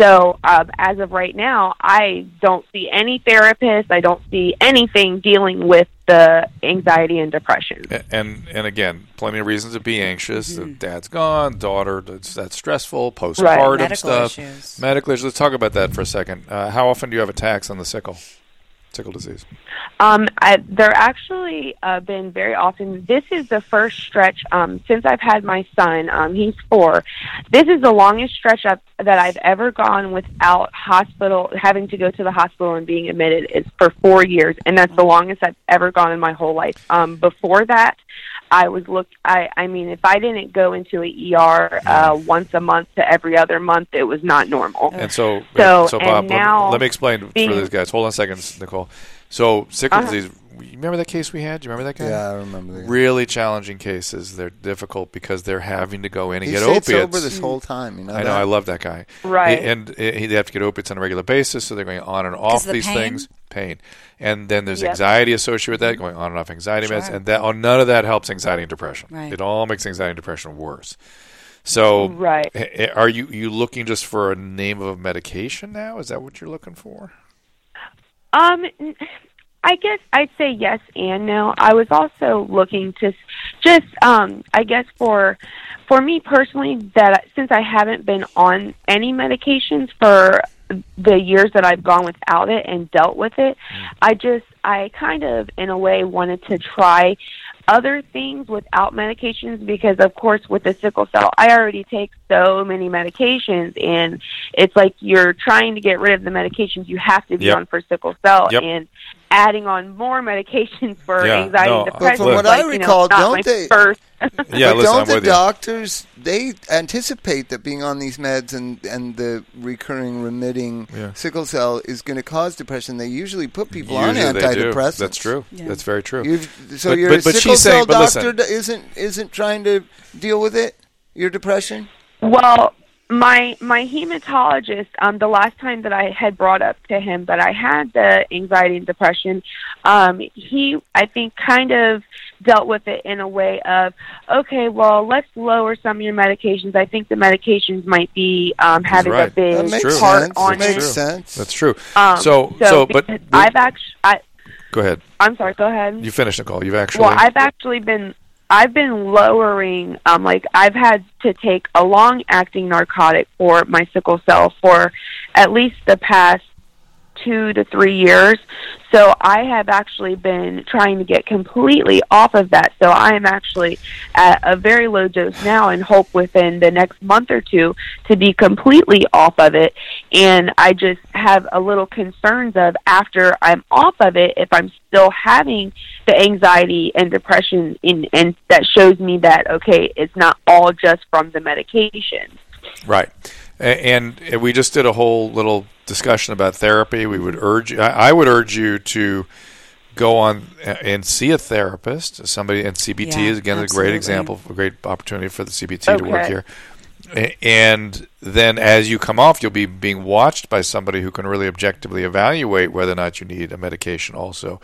H: So um, as of right now, I don't see any therapist. I don't see anything dealing with the anxiety and depression.
A: A- and and again, plenty of reasons to be anxious.
H: Mm-hmm.
A: The Dad's gone, daughter that's, that's stressful, postpartum
D: Medical
A: stuff,
D: issues.
A: medical issues. Let's talk about that for a second. Uh, how often do you have attacks on the sickle? tickle disease?
H: Um, I, they're actually uh, been very often. This is the first stretch um, since I've had my son. Um, he's four. This is the longest stretch up that I've ever gone without hospital having to go to the hospital and being admitted. Is for four years, and that's the longest I've ever gone in my whole life. Um, before that, I was look. I I mean, if I didn't go into a ER uh, once a month to every other month, it was not normal.
A: And so,
H: So,
A: so
H: and
A: Bob, let-
H: now
A: let, me explain
H: being- Uh-huh.
A: for these guys. Hold on a second, Nicole. So, sickle disease. You remember that case we had? Do you remember that guy?
B: Yeah, I remember. That.
A: Really challenging cases. They're difficult because they're having to go in and
B: He
A: get
B: stayed
A: opiates.
B: sober this whole time. You know.
A: I know.
B: that?
A: I love that guy.
H: Right.
A: He- and he, they have to get opiates on a regular basis, so they're going on and off
D: of the
A: these
D: pain?
A: things. Pain, and then there's
H: Yep.
A: anxiety associated with that, going on and off anxiety meds,
D: Sure.
A: and that oh, none of that helps anxiety and depression.
D: Right.
A: It all makes anxiety and depression worse. So,
H: Right.
A: h- are you you looking just for a name of a medication now? Is that what you're looking for?
H: Um, n- I guess I'd say yes and no. I was also looking to s- just, um, I guess for for me personally, that since I haven't been on any medications for the years that I've gone without it and dealt with it,
A: Mm.
H: I just, I kind of, in a way, wanted to try other things without medications because of course with the sickle cell I already take so many medications and it's like you're trying to get rid of the medications you have to be
A: Yep.
H: on for sickle cell
A: Yep.
H: and adding on more medications for
A: Yeah,
H: anxiety
A: no,
H: and
A: But
H: depression.
A: from
H: is
A: what
H: like,
B: I recall,
H: you know, not
B: don't
H: my
B: they-
H: First,
A: Yeah,
B: but
A: listen,
B: don't
A: I'm
B: the
A: with you.
B: doctors they anticipate that being on these meds and, and the recurring remitting
A: Yeah.
B: sickle cell is going to cause depression? They usually put people on
A: Usually they do.
B: antidepressants.
A: That's true. That's very true.
B: You've, so
A: But-
B: your
A: but- but
B: sickle
A: she's
B: cell
A: saying- but listen.
B: doctor d- isn't isn't trying to deal with it. Your depression.
H: Well, my my hematologist, um, the last time that I had brought up to him that I had the anxiety and depression, um, he I think kind of dealt with it in a way of, okay, well, let's lower some of your medications. I think the medications might be um, having
A: right.
H: a big
B: That makes
A: true.
H: part
B: sense.
H: on
B: That makes
H: it.
B: sense.
A: That's true.
H: Um,
A: so, so, but
H: because I've actually, I,
A: go ahead.
H: I'm sorry, go ahead.
A: You finished, Nicole. You've actually.
H: Well, I've actually been I've been lowering um like I've had to take a long acting narcotic for my sickle cell for at least the past 2 to 3 years. So I have actually been trying to get completely off of that. So I am actually at a very low dose now and hope within the next month or two to be completely off of it. And I just have a little concerns of after I'm off of it, if I'm still having the anxiety and depression in, and that shows me that, okay, it's not all just from the medication.
A: Right. A- And and we just did a whole little discussion about therapy. We would urge, I I would urge you to go on a- and see a therapist, somebody, and CBT
D: Yeah,
A: is again a
D: absolutely.
A: great example, a great opportunity for the CBT to
H: Okay.
A: work here. A- And then as you come off, you'll be being watched by somebody who can really objectively evaluate whether or not you need a medication also.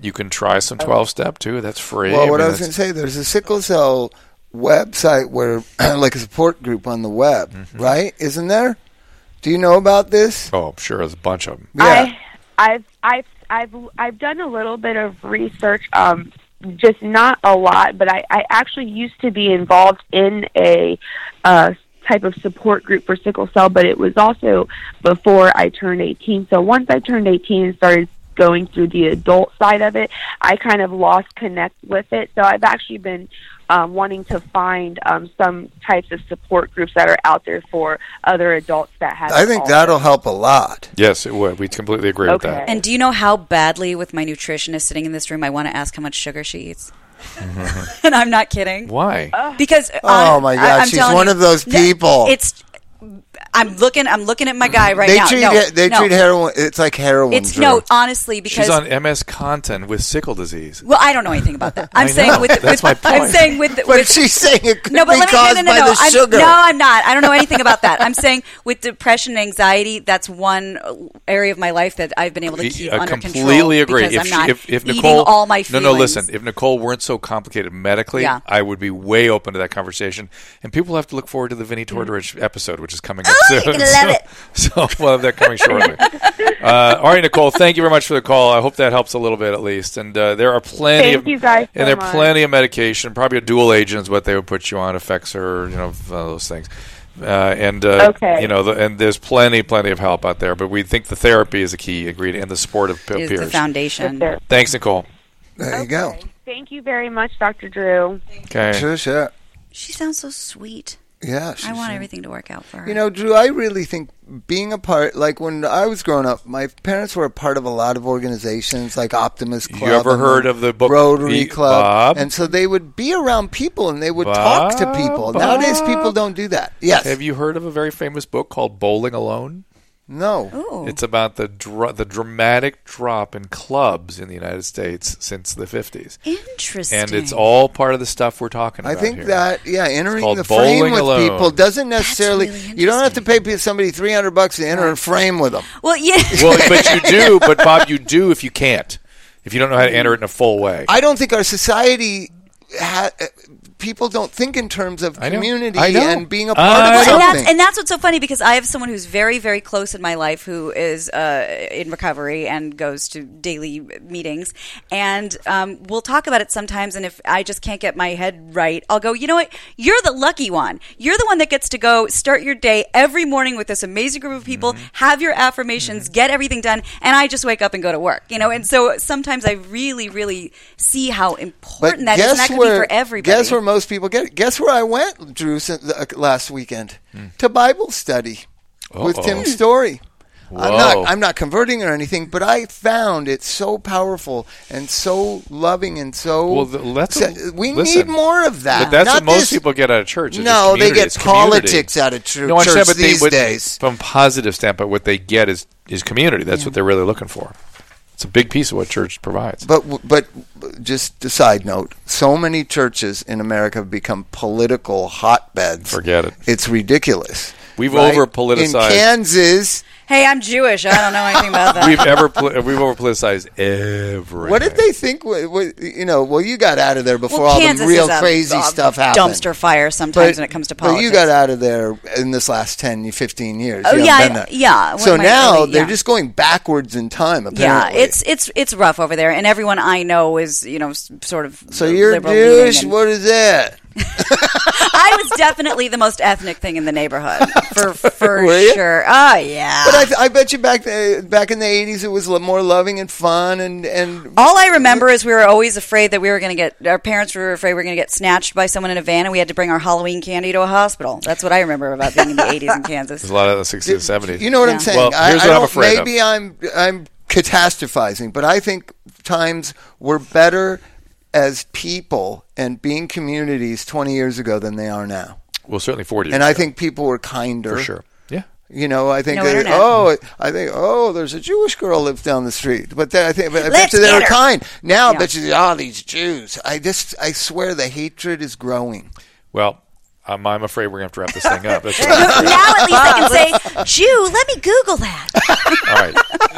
A: You can try some 12 step too. That's free.
B: Well, what
A: mean,
B: I was going
A: that's-
B: to say, there's a sickle cell website where, like, a support group on the web, right? Isn't there? Do you know about this?
A: Mm-hmm. Oh, I'm sure there's a bunch of them.
H: I, I've, I've, I've, I've done a little bit of research, um, just not a lot, but I, I actually used to be involved in a uh, type of support group for sickle cell, but it was also before I turned 18. So once I turned 18 and started going through the adult side of it, I kind of lost connect with it. So I've actually been um, wanting to find um, some types of support groups that are out there for other adults that have.
B: I think
H: also-
B: that'll help a lot.
A: Yes, it would. We completely agree with
H: Okay.
A: that.
D: And do you know how badly, with my nutritionist sitting in this room, I want to ask how much sugar she eats?
A: Mm-hmm.
D: and I'm not kidding.
A: Why?
D: Because
B: Oh,
D: hon-
B: my
D: I-
B: God,
D: I'm
B: she's
D: telling
B: one
D: you,
B: of those
D: no,
B: people.
D: It's I'm looking. I'm looking at my guy right
B: they
D: now.
B: treat
D: no,
B: it, they
D: no.
B: treat heroin. It's like heroin.
D: It's
B: Drew.
D: no, honestly, because
A: She's on MS Contin with sickle disease.
D: well, I don't know anything about that. I'm
A: I
D: saying
A: know.
D: with
A: That's
D: with,
A: my
D: I'm
A: point.
D: saying with
B: But
D: with,
B: she's saying it could
D: no, but
B: be
D: let me,
B: caused
D: no, no, no,
B: by
D: no.
B: the
D: I'm,
B: sugar.
D: No, I'm not. I don't know anything about that. I'm saying with depression and anxiety, that's one area of my life that I've been able to keep
A: I
D: under control.
A: completely agree.
D: Because
A: If,
D: I'm
A: she-
D: not
A: if, if
D: eating
A: Nicole,
D: all my feelings.
A: no, no, listen. If Nicole weren't so complicated medically,
D: Yeah.
A: I would be way open to that conversation. And people have to look forward to the Vinnie
D: Mm-hmm.
A: Tortorich episode, which is coming up
D: you're
A: soon.
D: gonna Oh, love it.
A: so, so we'll have that coming shortly. uh, all right, Nicole, thank you very much for the call. I hope that helps a little bit at least. And uh, there are plenty
H: Thank
A: of
H: you guys so
A: and there are
H: much.
A: plenty of medication. Probably a dual agent is what they would put you on. Effexor, you know, uh, those things. Uh, and uh,
H: Okay.
A: you know, the, and there's plenty, plenty of help out there. But we think the therapy is a key ingredient, and the support of pe-
D: Is the
A: peers.
D: foundation.
H: Sure.
A: Thanks, Nicole.
B: There you go.
H: Thank you very much, Dr. Drew.
A: Okay.
B: Sure, sure.
D: She sounds so sweet.
B: Yeah.
D: I
B: she's-
D: want everything to work out for her.
B: You know, Drew, I really think being a part, like when I was growing up, my parents were a part of a lot of organizations like Optimist Club.
A: ever
B: and
A: heard of the book-
B: Rotary
A: E-
B: Club?
A: Bob?
B: And so they would be around people and they would talk to people.
A: Bob?
B: Nowadays, people don't do that. Yes.
A: Have you heard of a very famous book called Bowling Alone?
B: No.
D: Ooh.
A: It's about the dr- the dramatic drop in clubs in the United States since the 50s.
D: Interesting.
A: And it's all part of the stuff we're talking
B: I
A: about.
B: think
A: here.
B: that yeah, entering
A: called
B: the frame
A: bowling
B: with
A: alone.
B: people doesn't necessarily.
D: really
B: you don't have to pay pe- somebody three hundred bucks to enter a frame with them.
D: well, yeah.
A: Well, but you do, but Bob, you do if you can't, if you don't know how to enter it in a full way.
B: I don't think our society. Ha- uh, people don't think in terms of
A: I know.
B: community
A: I know.
B: and being a part
A: I
B: of
D: Well,
B: something.
D: and that's and that's what's so funny because I have someone who's very very close in my life who is uh, in recovery and goes to daily meetings, and um, we'll talk about it sometimes. And if I just can't get my head right, I'll go. You know what? You're the lucky one. You're the one that gets to go start your day every morning with this amazing group of people,
A: Mm-hmm.
D: have your affirmations, get everything done, and I just wake up and go to work. You know, and so sometimes I really really see how important that is, and that could be for everybody.
B: Guess where most people get it. Guess where I went, Drew, since, uh, last weekend to Bible study with
A: Hmm. Uh-oh.
B: Tim Story. I'm
A: Whoa.
B: not. I'm not converting or anything, but I found it so powerful and so loving and so.
A: Well, th- let's-
B: so- we
A: listen.
B: need more of that.
A: But that's
B: Not
A: what most
B: this-
A: people get out of church. is just
B: No, they
A: community.
B: get
A: It's community.
B: politics out of chur-
A: No, I understand,
B: church
A: but they-
B: these
A: what-
B: days.
A: From a positive standpoint, what they get is is community. That's what they're really looking for. It's a big piece of what church provides.
B: But w- but w- just a side note: so many churches in America have become political hotbeds.
A: Forget it.
B: It's ridiculous.
A: We've
B: right?
A: over-politicized-
B: In Kansas,
D: hey, I'm Jewish. I don't know anything about that.
A: we've ever poli- we've over politicized everything.
B: what did they think? wa- wa- You know, well, you got out of there before
D: Well,
B: all
D: Kansas
B: the real
D: is a,
B: crazy
D: a
B: stuff happened.
D: Dumpster fire sometimes when it comes to politics.
B: But you got out of there in this last 10, 15 years.
D: Oh,
B: You
D: yeah,
B: haven't
D: I-
B: been there.
D: yeah,
B: So
D: when my
B: now
D: early-
B: they're
D: yeah.
B: just going backwards in time,
D: Yeah,
B: apparently.
D: it's it's it's rough over there, and everyone I know is you know s- sort of.
B: So you're
D: liberal leaning
B: Jewish?
D: and-
B: What is that?
D: I was definitely the most ethnic thing in the neighborhood for for
B: Were you?
D: sure. Oh yeah.
B: But I, I bet you back the, back in the 80s it was lo- more loving and fun and. and
D: all I remember is we were always afraid that we were going to get our parents were afraid we were going to get snatched by someone in a van, and we had to bring our Halloween candy to a hospital. That's what I remember about being in the '80s in Kansas.
A: There's a lot of the 60s and 70s.
B: You know what I'm saying?
A: Well,
B: I,
A: here's
B: I
A: what I'm
B: don't-
A: afraid of.
B: maybe I'm I'm catastrophizing, but I think times were better as people and being communities 20 years ago than they are now.
A: Well, certainly 40.
B: And I think people were kinder.
A: for sure. Yeah.
B: You know, I think
D: No
B: they,
D: internet.
B: oh, I think oh, there's a Jewish girl lives down the street, but then I think but I
D: Let's
B: bet you they
D: get
B: were
D: her.
B: kind. Now I
D: Yeah.
B: bet you oh, these Jews. I just I swear the hatred is growing.
A: Well, I'm, I'm afraid we're going to have to wrap this thing up. That's
D: now
A: what I'm afraid of.
D: at least I can say Jew. Let me Google that.
A: All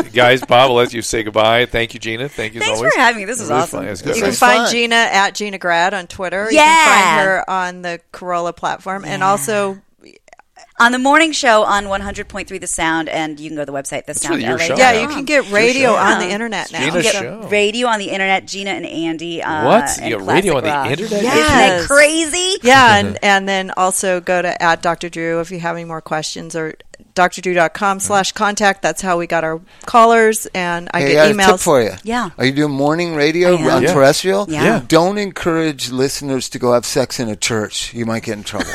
A: right. Guys, Bob, I'll let you say goodbye. Thank you, Gina. Thank you as
D: Thanks
A: always.
D: for having me. This is
A: Really
D: awesome.
A: fun. It was
B: This
A: good.
E: You can
B: is
E: find
B: fun.
E: Gina at Gina Grad on Twitter. You
D: Yeah.
E: can find her on the Corolla platform and also
D: on the morning show on 100.3 The Sound, and you can go to the website, The Sound
A: really your show
E: yeah,
A: now.
E: you can get radio on the internet now.
A: Gina's
E: So-
A: show.
D: radio on the internet. Gina and Andy. Uh,
A: What?
D: and
A: You got radio
D: Classic
A: on the
D: Rock.
A: internet?
D: Isn't that
E: Yes.
D: crazy?
E: Yeah, and,
B: Mm-hmm.
E: and then also go to at Dr. Drew if you have any more questions or drdrew.com slash contact. That's how we got our callers and I
B: Hey, I
E: get
B: got a tip
E: emails.
B: for you.
D: Yeah.
B: Are you doing morning radio
D: I am.
B: on
D: Yeah.
B: terrestrial?
D: Yeah. Yeah.
B: Don't encourage listeners to go have sex in a church. You might get in trouble.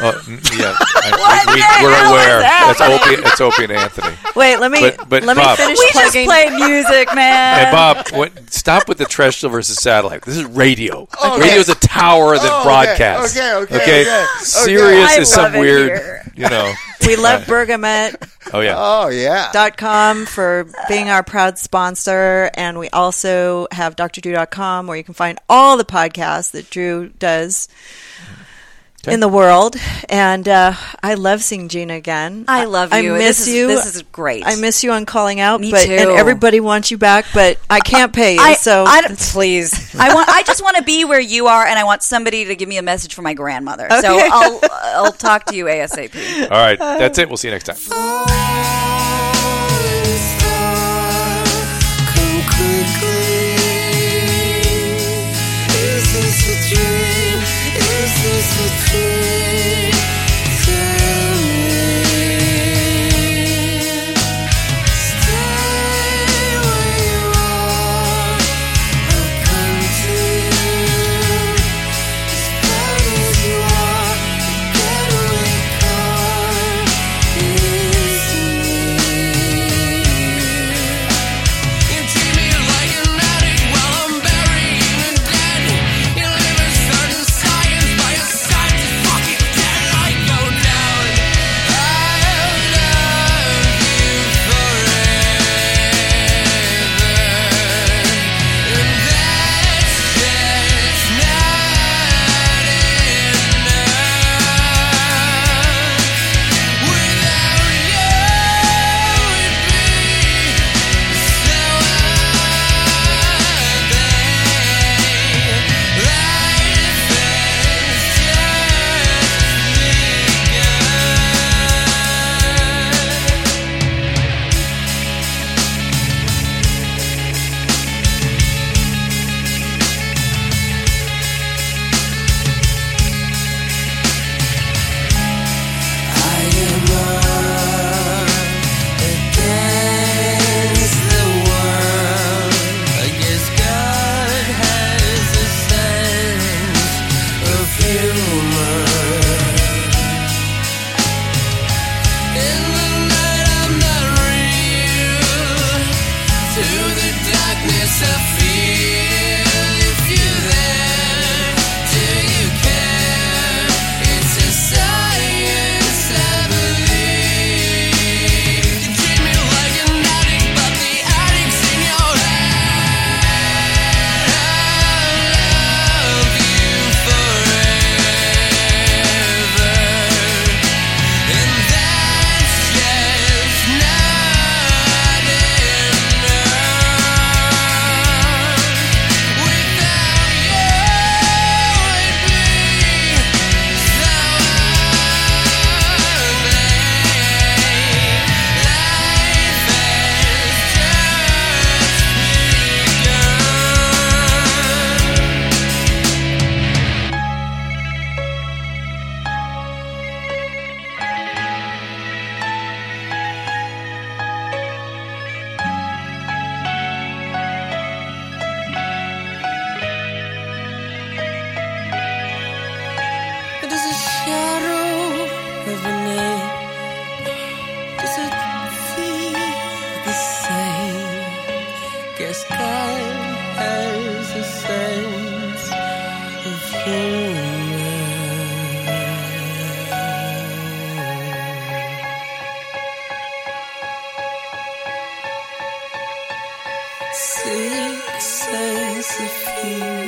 A: Oh, n- yeah. I- we,
D: the
A: are
D: hell
A: aware.
D: is
A: That's
D: happening?
A: Opie, it's Opie and Anthony.
E: Wait, let me
A: But- but
E: let
A: Bob-
E: me finish
D: We just
E: plugging.
D: play music, man.
A: Hey, Bob, what, stop with the terrestrial versus satellite. This is radio.
D: Oh,
A: Radio is a tower that
B: Oh, okay.
A: broadcasts.
B: Okay, okay, okay.
A: Sirius
D: Okay.
A: is
D: I love
A: some
D: it
A: weird,
D: here.
A: you know.
E: we love bergamot.com
A: Oh, yeah.
B: oh yeah.
E: for being our proud sponsor. And we also have drdrew.com where you can find all the podcasts that Drew does. In the world, and uh, I love seeing Gina again.
D: I love you.
E: I
D: This
E: miss
D: is-
E: you.
D: this is great.
E: I miss you on calling out.
D: Me
E: but, And
D: too.
E: everybody wants you back, but I can't pay you.
D: I,
E: so
D: I don't- please. I want. I just want to be where you are, and I want somebody to give me a message for my grandmother. So
E: Okay.
D: I'll I'll talk to you asap.
A: All right. That's it. We'll see you next time.
I: Is this a dream? Is this a dream? as high as the sands of Homer. Six sense of humor.